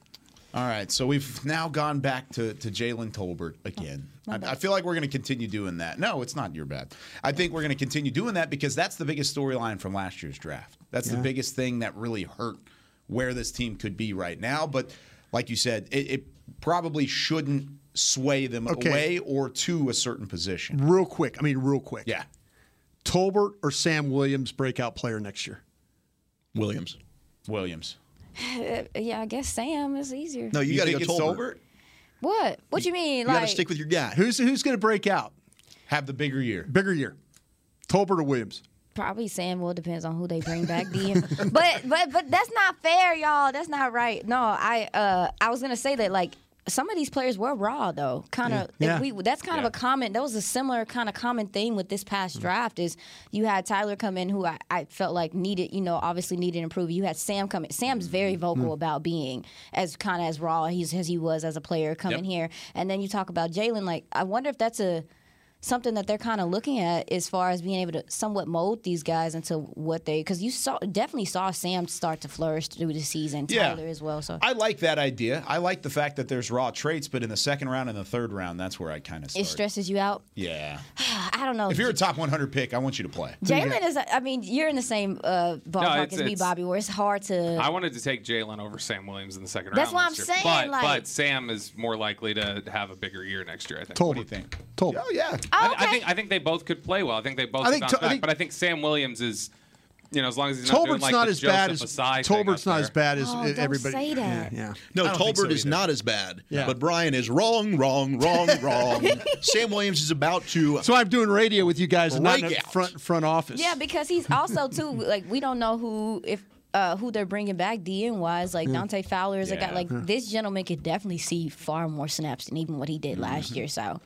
Speaker 3: All right, so we've now gone back to, to Jalen Tolbert again.
Speaker 4: Oh,
Speaker 3: I, I feel like we're going to continue doing that. No, it's not your bad. I think we're going to continue doing that because that's the biggest storyline from last year's draft. That's the
Speaker 4: Yeah.
Speaker 3: biggest thing that really hurt where this team could be right now. But like you said, it, it probably shouldn't sway them
Speaker 4: Okay. Mm-hmm.
Speaker 3: away or to a certain position.
Speaker 4: real quick. I mean, real quick.
Speaker 3: Yeah.
Speaker 4: Tolbert or Sam Williams breakout player next year?
Speaker 7: Williams.
Speaker 3: Williams.
Speaker 8: yeah, I guess Sam is easier.
Speaker 7: No, you, got to go
Speaker 3: think it's
Speaker 7: Tolbert.
Speaker 3: Tolbert?
Speaker 8: What? What you mean?
Speaker 7: You
Speaker 8: like
Speaker 7: got to stick with your guy.
Speaker 4: Who's who's going to break out?
Speaker 3: Have the bigger year.
Speaker 4: Bigger year. Tolbert or Williams?
Speaker 8: probably Sam. Well, depends on who they bring back. DM. but but but that's not fair, y'all. That's not right. No, I uh I was gonna say that like. Some of these players were raw though. Kind of
Speaker 14: Mm. Yeah. Mm.
Speaker 8: we that's kind of a common that was a similar kind of common theme with this past draft is you had Tyler come in who I, I felt like needed, you know, obviously needed improve. You had Sam come in. Sam's very vocal
Speaker 14: Mm.
Speaker 8: about being as kind of as raw he's, as he was as a player coming
Speaker 14: Yep.
Speaker 8: here. And then you talk about Jalen, like I wonder if that's a something that they're kind of looking at as far as being able to somewhat mold these guys into what they because you saw definitely saw Sam start to flourish through the season,
Speaker 3: Yeah.
Speaker 8: Tyler as well. So
Speaker 3: I like that idea. I like the fact that there's raw traits, but in the second round and the third round, that's where I kind of
Speaker 8: it
Speaker 3: start.
Speaker 8: stresses you out.
Speaker 3: yeah.
Speaker 8: I don't know.
Speaker 3: If you're a top 100 pick, I want you to play.
Speaker 8: Jalen is. I mean, you're in the same uh, ballpark
Speaker 6: it's-
Speaker 8: as me,
Speaker 6: it's-
Speaker 8: Bobby. Where it's hard to.
Speaker 6: I wanted to take Jalen over Sam Williams in the second
Speaker 8: That's
Speaker 6: round.
Speaker 8: what
Speaker 6: last
Speaker 8: I'm
Speaker 6: year.
Speaker 8: saying,
Speaker 6: But,
Speaker 8: like-
Speaker 6: but Sam is more likely to have a bigger year next year, I think. What do you
Speaker 3: think?
Speaker 4: Tolbert.
Speaker 3: Oh, yeah.
Speaker 6: I, I think I think they both could play well. I think they both
Speaker 4: I think
Speaker 6: bounce
Speaker 4: to- I
Speaker 6: back.
Speaker 4: think-
Speaker 6: but I think Sam Williams is, you know, as long as he's not doing
Speaker 4: Tolbert's
Speaker 6: like
Speaker 4: not
Speaker 6: the
Speaker 4: as bad as
Speaker 6: Joseph Asai thing
Speaker 4: Tolbert's
Speaker 6: up
Speaker 4: not as
Speaker 6: there.
Speaker 4: bad as
Speaker 8: Oh,
Speaker 3: e,
Speaker 4: uh,
Speaker 8: don't
Speaker 4: everybody.
Speaker 8: say that.
Speaker 4: Yeah, yeah.
Speaker 7: No,
Speaker 4: I don't think
Speaker 7: Tolbert
Speaker 4: so
Speaker 7: is
Speaker 4: either.
Speaker 7: not as bad.
Speaker 4: Yeah.
Speaker 7: But Brian is wrong, wrong, wrong, wrong. Sam Williams is about to.
Speaker 4: So I'm doing radio with you guys, and not in the
Speaker 7: Breakout.
Speaker 4: front front office.
Speaker 8: Yeah, because he's also too like we don't know who if uh, who they're bringing back DN wise like
Speaker 4: Yeah.
Speaker 8: Dante Fowler is a guy
Speaker 4: Yeah.
Speaker 8: like
Speaker 4: Yeah.
Speaker 8: this gentleman could definitely see far more snaps than even what he did
Speaker 3: Mm-hmm.
Speaker 8: last year. So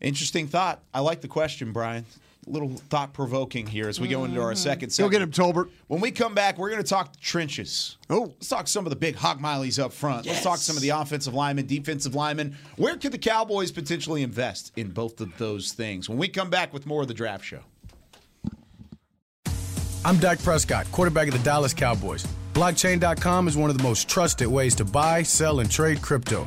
Speaker 3: Interesting thought. I like the question, Brian. Little thought provoking here as we go into our second
Speaker 4: Go
Speaker 3: segment.
Speaker 4: get him, Tolbert.
Speaker 3: When we come back, we're going to talk trenches.
Speaker 4: Oh,
Speaker 3: let's talk some of the big hog mileys up front. Let's talk some of the offensive linemen, defensive linemen. Where could the Cowboys potentially invest in both of those things? When we come back with more of the draft show.
Speaker 15: I'm Dak Prescott, quarterback of the Dallas Cowboys. Blockchain.com is one of the most trusted ways to buy, sell, and trade crypto.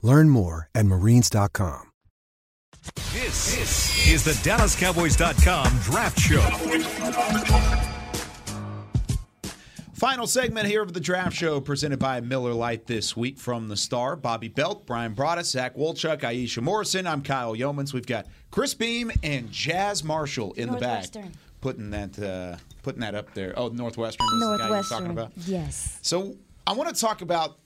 Speaker 14: Learn more at marines.com.
Speaker 1: This, this is the DallasCowboys.com draft show.
Speaker 3: Final segment here of the draft show presented by Miller Lite this week from the star Bobby Belt, Brian Broaddus, Zach Wolchuk, Aisha Morrison. I'm Kyle Yeomans. We've got Chris Beam and Jazz Marshall in the back.
Speaker 5: Northwestern.
Speaker 3: Putting that uh, putting that up there. Oh, Northwestern was the guy you were talking
Speaker 5: Northwestern.
Speaker 3: about.
Speaker 5: Yes.
Speaker 3: So I want to talk about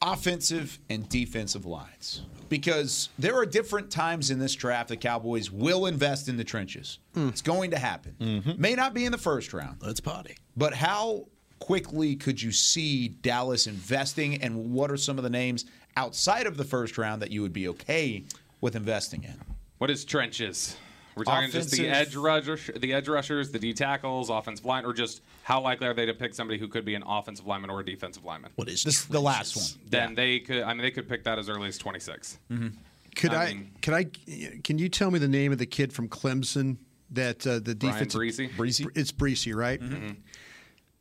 Speaker 3: offensive and defensive lines because there are different times in this draft the Cowboys will invest in the trenches. It's going to happen. May not be in the first round.
Speaker 7: Let's potty.
Speaker 3: But how quickly could you see Dallas investing, and what are some of the names outside of the first round that you would be okay with investing in?
Speaker 6: What is trenches? We're talking just the edge
Speaker 3: Offensive-
Speaker 6: rushers, the edge rushers, the D tackles, offensive line, or just how likely are they to pick somebody who could be an offensive lineman or a defensive lineman?
Speaker 7: What is
Speaker 3: this? The last one.
Speaker 6: Then they could. I mean, they could pick that as early as twenty six.
Speaker 4: Could
Speaker 6: I
Speaker 4: I, Could I? Can you tell me the name of the kid from Clemson that uh, the
Speaker 6: Brian
Speaker 4: defense?
Speaker 6: Breesy? Mm-hmm. Breesy?
Speaker 4: It's Breesy, right?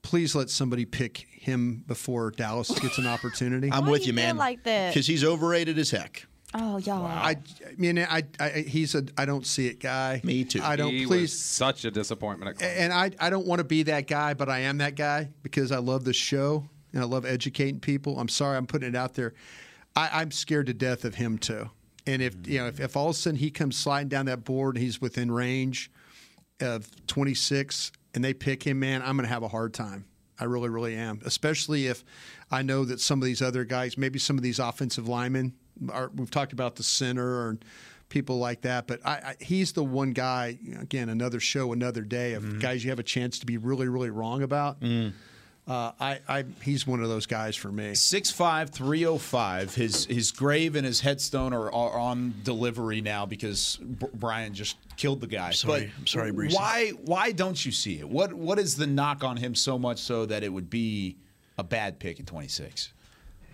Speaker 4: Please let somebody pick him before Dallas gets an opportunity.
Speaker 7: I'm Why with do you, you feel man.
Speaker 5: like that? 'Cause
Speaker 7: he's overrated as heck.
Speaker 5: Oh, y'all.
Speaker 4: I, I mean, I, I, he's a I don't see it guy. Me too. I don't.
Speaker 6: He was
Speaker 4: please, Eh,
Speaker 6: such a disappointment. At
Speaker 4: and I, I don't want to be that guy, but I am that guy because I love this show and I love educating people. I'm sorry I'm putting it out there. I, I'm scared to death of him too. And if you know, if, if all of a sudden he comes sliding down that board and he's within range of 26 and they pick him, man, I'm going to have a hard time. I really, really am. Especially if I know that some of these other guys, maybe some of these offensive linemen, are, we've talked about the center and people like that, but I, I, he's the one guy. Again, another show, another day of guys you have a chance to be really, really wrong about. Uh, I, I, he's one of those guys for me.
Speaker 3: Six five three oh five. His his grave and his headstone are, are on delivery now because B- Brian just killed the guy.
Speaker 7: sorry.
Speaker 3: But
Speaker 7: I'm sorry, Breesy.
Speaker 3: Why why don't you see it? What what is the knock on him so much so that it would be a bad pick at twenty six?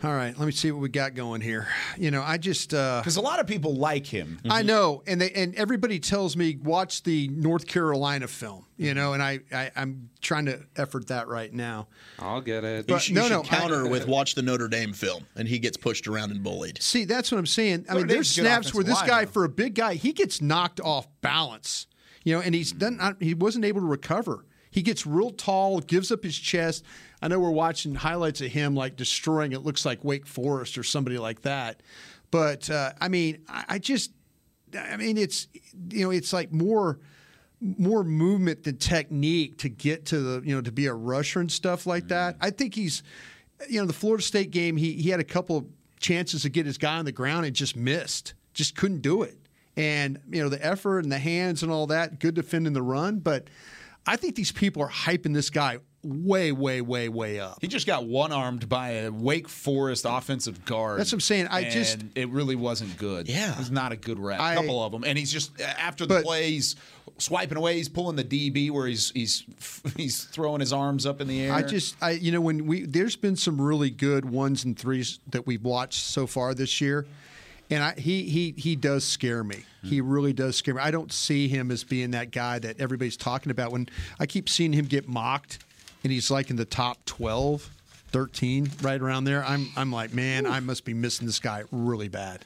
Speaker 4: All right, let me see what we got going here. You know, I just because
Speaker 3: a lot of people like him.
Speaker 4: I know, and they and everybody tells me watch the North Carolina film. You know, and I, I I'm trying to effort that right now.
Speaker 6: I'll get it.
Speaker 4: eh. But
Speaker 7: you should,
Speaker 4: no,
Speaker 7: you
Speaker 4: no,
Speaker 7: should counter
Speaker 4: I-
Speaker 7: with watch the Notre Dame film, and he gets pushed around and bullied.
Speaker 4: See, that's what I'm saying. I
Speaker 7: Notre
Speaker 4: mean, there's
Speaker 7: Dame's a good
Speaker 4: snaps where this
Speaker 7: offensive
Speaker 4: guy, for a big guy, he gets knocked off balance, you know, and he's done. not- He wasn't able to recover. He gets real tall, gives up his chest. I know we're watching highlights of him like destroying. It looks like Wake Forest or somebody like that. But uh, I mean, I, I just, I mean, it's you know, it's like more more movement than technique to get to the you know to be a rusher and stuff like that. I think he's you know the Florida State game he he had a couple of chances to get his guy on the ground and just missed, just couldn't do it. And you know the effort and the hands and all that, good defending the run, but I think these people are hyping this guy way way way way up.
Speaker 3: He just got one armed by a Wake Forest offensive guard.
Speaker 4: That's what I'm saying. I just-
Speaker 3: And it really wasn't good. Yeah, it was not a good rep. A
Speaker 4: I-
Speaker 3: couple of them, and he's just after the play, he's swiping away. He's pulling the DB where he's he's he's throwing his arms up in the air.
Speaker 4: I just, I you know, when we there's been some really good ones and threes that we've watched so far this year, and I he he he does scare me. He really does scare me. I don't see him as being that guy that everybody's talking about. When I keep seeing him get mocked, and he's like in the top 12, 13, right around there. I'm I'm like, man, I must be missing this guy really bad.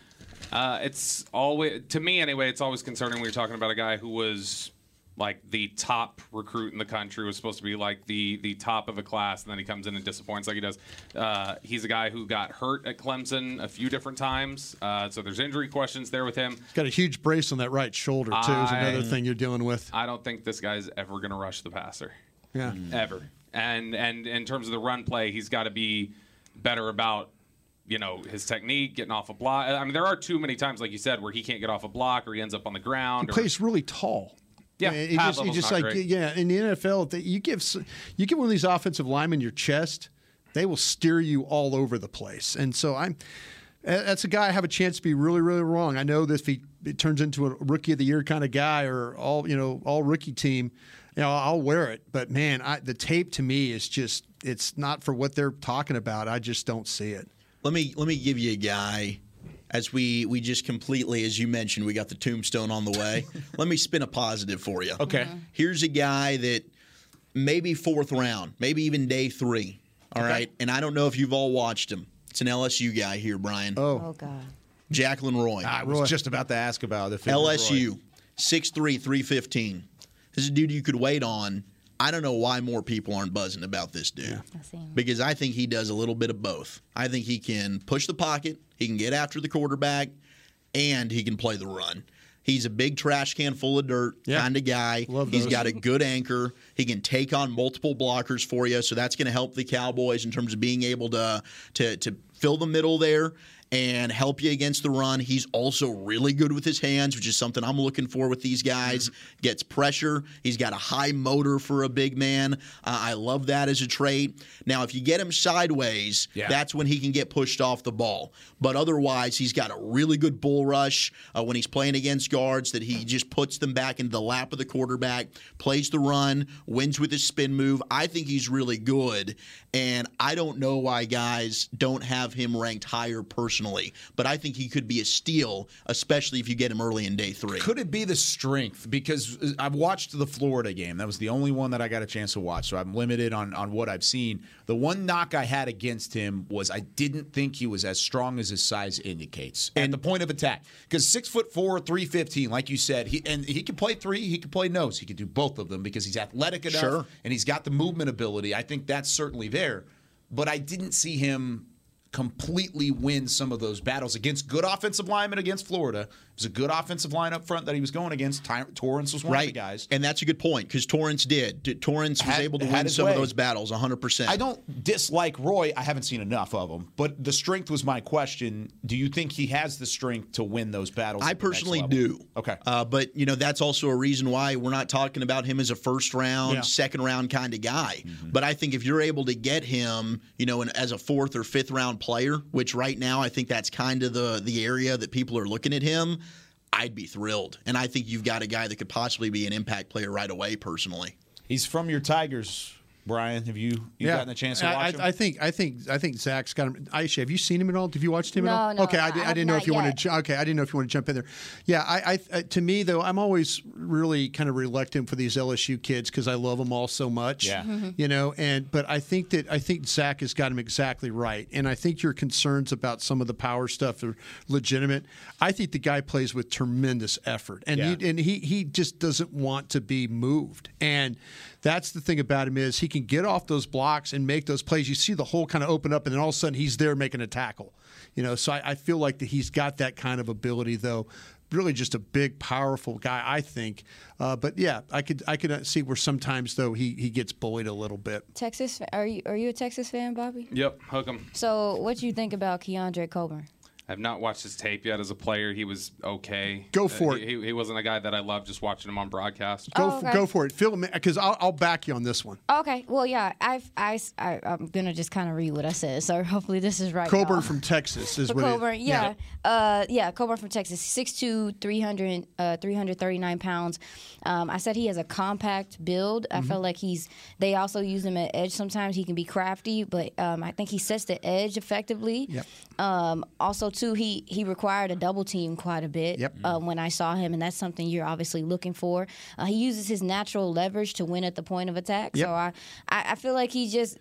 Speaker 6: Uh, it's always to me anyway. It's always concerning when you're talking about a guy who was like the top recruit in the country was supposed to be like the the top of a class, and then he comes in and disappoints like he does. Uh, he's a guy who got hurt at Clemson a few different times, uh, so there's injury questions there with him.
Speaker 4: He's got a huge brace on that right shoulder too. Is
Speaker 6: I-
Speaker 4: another thing you're dealing with.
Speaker 6: I don't think this guy's ever going to rush the passer.
Speaker 4: Yeah.
Speaker 6: Ever. and and in terms of the run play, he's got to be better about you know his technique, getting off a block. I mean, there are too many times, like you said, where he can't get off a block or he ends up on the
Speaker 4: He
Speaker 6: ground. or-
Speaker 4: plays really tall.
Speaker 6: Yeah,
Speaker 4: And it
Speaker 6: pad
Speaker 4: just, it
Speaker 6: level's
Speaker 4: just
Speaker 6: not
Speaker 4: like
Speaker 6: great.
Speaker 4: yeah. In the NFL, they, you give s- you give one of these offensive linemen your chest, they will steer you all over the place. And so I'm. a- That's a guy I have a chance to be really, really wrong. I know that if he it turns into a rookie of the year kind of guy or all you know all rookie team, you know I'll wear it. But man, I, the tape to me is just it's not for what they're talking about. I just don't see it.
Speaker 7: Let me let me give you a guy. As we we just completely, as you mentioned, we got the tombstone on the way. let me spin a positive for you.
Speaker 3: Okay. Mhm.
Speaker 7: Here's a guy that maybe fourth round, maybe even day three. All right,
Speaker 3: Okay.
Speaker 7: And I don't know if you've all watched him. It's an LSU guy here, Brian.
Speaker 4: Oh,
Speaker 5: God.
Speaker 7: Jacqueline Roy.
Speaker 3: I was just about to ask about if it was Roy.
Speaker 7: LSU, 6'3, 315. This is a dude you could wait on. I don't know why more people aren't buzzing about this dude. Because I think he does a little bit of both. I think he can push the pocket, he can get after the quarterback, and he can play the run. He's a big trash can full of dirt kind of guy. He's
Speaker 4: those.
Speaker 7: got a good anchor. He can take on multiple blockers for you, so that's going to help the Cowboys in terms of being able to to to fill the middle there and help you against the run. He's also really good with his hands, which is something I'm looking for with these guys. Gets pressure. He's got a high motor for a big man. Uh, I love that as a trait. Now, if you get him sideways,
Speaker 16: Yeah.
Speaker 7: that's when he can get pushed off the ball. But otherwise, he's got a really good bull rush uh, when he's playing against guards that he just puts them back into the lap of the quarterback, plays the run, wins with his spin move. I think he's really good. And I don't know why guys don't have him ranked higher personally, but I think he could be a steal, especially if you get him early in day three.
Speaker 3: Could it be the strength? Because uh, I've watched the Florida game. That was the only one that I got a chance to watch. So I'm limited on, on what I've seen. The one knock I had against him was I didn't think he was as strong as his size indicates at the point of attack. Because six foot four, three fifteen, like you said, he and he can play three, he can play nose, he can do both of them because he's athletic enough
Speaker 7: Sure.
Speaker 3: and he's got the movement ability. I think that's certainly there. But I didn't see him completely win some of those battles against good offensive linemen against Florida. It was a good offensive line up front that he was going against. Ty- Torrance was one of the
Speaker 7: Right,
Speaker 3: guys.
Speaker 7: and that's a good point because Torrance did. D- Torrance was
Speaker 3: Had-
Speaker 7: able to
Speaker 3: had
Speaker 7: win
Speaker 3: his
Speaker 7: some
Speaker 3: way.
Speaker 7: of those battles, 100. percent
Speaker 3: I don't dislike Roy. I haven't seen enough of him, but the strength was my question. Do you think he has the strength to win those battles?
Speaker 7: I
Speaker 3: at the next
Speaker 7: personally
Speaker 3: level?
Speaker 7: do.
Speaker 3: Okay.
Speaker 7: Uh, but you know that's also a reason why we're not talking about him as a first round,
Speaker 3: Yeah.
Speaker 7: second round kind of guy. But I think if you're able to get him, you know, an, as a fourth or fifth round player, which right now I think that's kind of the the area that people are looking at him, I'd be thrilled. And I think you've got a guy that could possibly be an impact player right away. Personally,
Speaker 3: he's from your Tigers, Brian. Have you you gotten a chance to
Speaker 4: I-
Speaker 3: watch
Speaker 4: I,
Speaker 3: him?
Speaker 4: I think I think I think Zach's got him. Aisha, have you seen him at all? Have you watched him
Speaker 3: No,
Speaker 4: at all?
Speaker 3: no,
Speaker 4: okay, I,
Speaker 3: I
Speaker 4: di- I
Speaker 3: have
Speaker 4: didn't know
Speaker 3: not
Speaker 4: if you wanted.
Speaker 3: yet.
Speaker 4: To, ju- okay, I didn't know if you want to jump in there. Yeah, I, I to me though, I'm always really kind of reluctant for these LSU kids because I love them all so much.
Speaker 3: Yeah. Mhm.
Speaker 4: you know. And but I think that I think Zach has got him exactly right, and I think your concerns about some of the power stuff are legitimate. I think the guy plays with tremendous effort, and
Speaker 3: Yeah.
Speaker 4: he and he he just doesn't want to be moved. And that's the thing about him is he can get off those blocks and make those plays. You see the hole kind of open up, and then all of a sudden he's there making a tackle. You know, so I, I feel like that he's got that kind of ability though. Really, just a big, powerful guy, I think. Uh, but yeah, I could I could uh, see where sometimes though he he gets bullied a little bit.
Speaker 8: Texas, are you are you a Texas fan, Bobby?
Speaker 6: Yep, hook him.
Speaker 8: So, what do you think about Keandre Coburn?
Speaker 6: I've not watched his tape yet as a player. He was okay.
Speaker 4: Go
Speaker 6: Uh,
Speaker 4: for
Speaker 6: he, it. He, he wasn't a guy that I loved just watching him on broadcast.
Speaker 4: Go
Speaker 8: Oh,
Speaker 4: for,
Speaker 8: okay.
Speaker 4: go for it, Phil, because I'll, I'll back you on this one.
Speaker 8: Okay, well, yeah, I've, I, I, am gonna just kind of read what I said, so hopefully this is right.
Speaker 4: Coburn
Speaker 8: y'all.
Speaker 4: from Texas is
Speaker 8: For
Speaker 4: what. it-
Speaker 8: Oh. Coburn, yeah. Uh, yeah, Coburn from Texas, 6'2", 300, uh, 339 pounds. Um, I said he has a compact build.
Speaker 4: Mm-hmm.
Speaker 8: I felt like he's – they also use him at edge sometimes. He can be crafty, but um, I think he sets the edge effectively.
Speaker 4: Yep.
Speaker 8: Um, also, too, he he required a double team quite a bit
Speaker 4: Yep.
Speaker 8: uh, when I saw him, and that's something you're obviously looking for. Uh, he uses his natural leverage to win at the point of attack.
Speaker 17: Yep.
Speaker 8: So I, I I feel like he just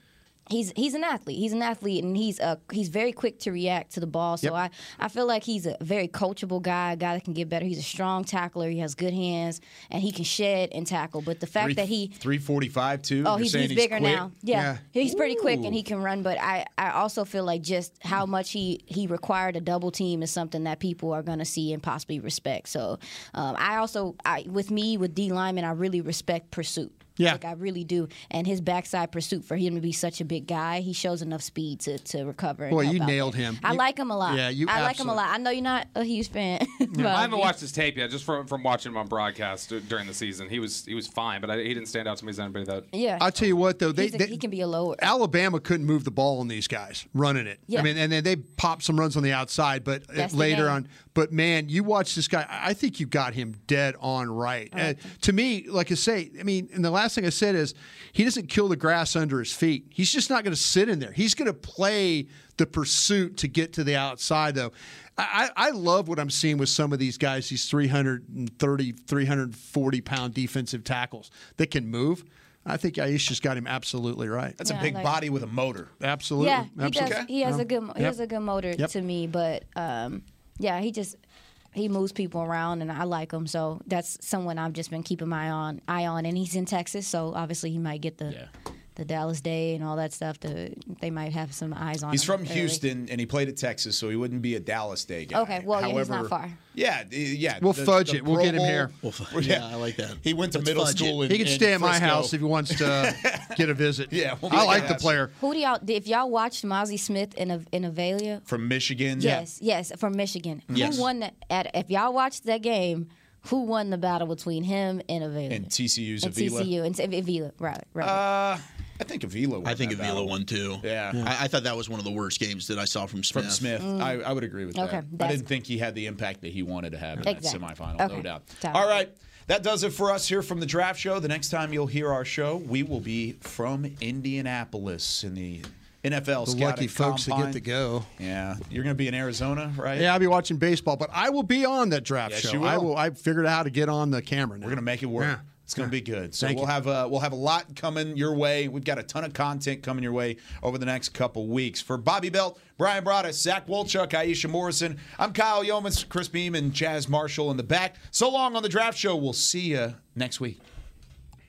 Speaker 8: he's he's an athlete. He's an athlete, and he's uh he's very quick to react to the ball.
Speaker 17: Yep.
Speaker 8: So I I feel like he's a very coachable guy, a guy that can get better. He's a strong tackler. He has good hands, and he can shed and tackle. But the fact
Speaker 3: Three-
Speaker 8: that he
Speaker 3: 345 too.
Speaker 8: Oh,
Speaker 3: You're
Speaker 8: he's,
Speaker 3: saying
Speaker 8: he's bigger
Speaker 3: quick?
Speaker 8: now. Yeah. he's pretty quick and
Speaker 3: Ooh.
Speaker 8: he can run. But I, I also feel like just how much he he required a double team is something that people are going to see and possibly respect. So um, I also I, with me with D lineman, I really respect pursuit.
Speaker 4: Yeah.
Speaker 8: Like I really do. And his backside pursuit for him to be such a big guy, he shows enough speed to, to recover. and
Speaker 4: Boy,
Speaker 8: help
Speaker 4: you
Speaker 8: out
Speaker 4: nailed
Speaker 8: there.
Speaker 4: him.
Speaker 8: I
Speaker 4: You-
Speaker 8: like him a lot.
Speaker 4: Yeah, you
Speaker 8: I like him a
Speaker 4: absolutely-
Speaker 8: lot. I know you're not a huge fan. but
Speaker 6: I haven't watched his tape yet, just from from watching him on broadcast d- during the season. He was he was fine, but I, he didn't stand out to me as anybody that.
Speaker 8: Yeah.
Speaker 4: I'll tell you what though, they,
Speaker 8: He's a-
Speaker 4: they-
Speaker 8: he can be a lower.
Speaker 4: Alabama couldn't move the ball on these guys running it.
Speaker 8: Yeah.
Speaker 4: I mean, and then they popped some runs on the outside, but uh,
Speaker 8: That's the
Speaker 4: later
Speaker 8: game.
Speaker 4: on. But man, you watch this guy. I I think you got him dead on right. Uh, to me, like I say, I mean, and the last thing I said is he doesn't kill the grass under his feet. He's just not going to sit in there. He's going to play the pursuit to get to the outside, though. I, I I love what I'm seeing with some of these guys, these 330, 340 pound defensive tackles that can move. I think Aisha's got him absolutely right.
Speaker 3: That's a big body with a motor.
Speaker 4: Absolutely.
Speaker 8: Yeah, he does.
Speaker 4: Absolutely.
Speaker 8: He has a good. He
Speaker 4: Yep.
Speaker 8: has a good motor
Speaker 4: Yep.
Speaker 8: to me, but um, yeah, he just he moves people around, and I like him. So that's someone I've just been keeping my eye on. Eye on, and he's in Texas, so obviously he might get the the Dallas Day and all that stuff. To, they might have some eyes on.
Speaker 3: He's
Speaker 8: him
Speaker 3: from
Speaker 8: early.
Speaker 3: Houston and he played at Texas, so he wouldn't be a Dallas Day guy.
Speaker 8: Okay, well, yeah, he's not far.
Speaker 3: Yeah, d- yeah.
Speaker 4: We'll fudge it. We'll
Speaker 3: Pro
Speaker 4: get him
Speaker 3: Bowl-
Speaker 4: here.
Speaker 7: We'll
Speaker 3: Well,
Speaker 7: yeah, I like that.
Speaker 3: He went to
Speaker 7: Let's
Speaker 3: middle
Speaker 7: fudge
Speaker 3: school. In,
Speaker 4: he can
Speaker 3: in
Speaker 4: stay at my
Speaker 3: Frisco.
Speaker 4: house if he wants to uh, get a visit. yeah,
Speaker 3: we'll
Speaker 4: I
Speaker 3: get
Speaker 4: like
Speaker 3: him.
Speaker 4: the player.
Speaker 8: Who do y'all? If y'all watched Mozzie Smith in a, in Avalia?
Speaker 3: From Michigan.
Speaker 8: Yes, yes, from Michigan.
Speaker 3: Yes.
Speaker 8: Who won the, at? If y'all watched that game, who won the battle between him and Avalia?
Speaker 3: And TCU's
Speaker 8: and
Speaker 3: Avila.
Speaker 8: TCU and and Avila, right? Right.
Speaker 3: Uh, I think Avila. Won
Speaker 7: I think
Speaker 3: that
Speaker 7: Avila
Speaker 3: battle.
Speaker 7: won too.
Speaker 3: Yeah.
Speaker 7: I, I thought that was one of the worst games that I saw from Smith.
Speaker 3: From Smith,
Speaker 7: Mm.
Speaker 3: I, I would agree with
Speaker 7: Okay,
Speaker 3: that. I
Speaker 7: that's-
Speaker 3: didn't think he had the impact that he wanted to have in
Speaker 7: Exactly.
Speaker 3: that semifinal, no
Speaker 7: Okay.
Speaker 3: doubt.
Speaker 7: Got
Speaker 3: All right, that does it for us here from the draft show. The next time you'll hear our show, we will be from Indianapolis in the NFL.
Speaker 4: The
Speaker 3: scouting
Speaker 4: lucky folks that
Speaker 3: combine.
Speaker 4: get to go.
Speaker 3: Yeah, you're going to be in Arizona, right?
Speaker 4: Yeah, I'll be watching baseball, but I will be on that draft
Speaker 3: Yes,
Speaker 4: show.
Speaker 3: you will.
Speaker 4: I will. I figured out how to get on the camera. Now. We're
Speaker 3: gonna make it work. It's going to be good. So
Speaker 4: Thank
Speaker 3: we'll
Speaker 4: you.
Speaker 3: have a, we'll have a lot coming your way. We've got a ton of content coming your way over the next couple weeks. For Bobby Belt, Brian Broaddus, Zach Wolchuk, Aisha Morrison, I'm Kyle Yeomans, Chris Beam, and Jazz Marshall in the back. So long on the draft show. We'll see you next week.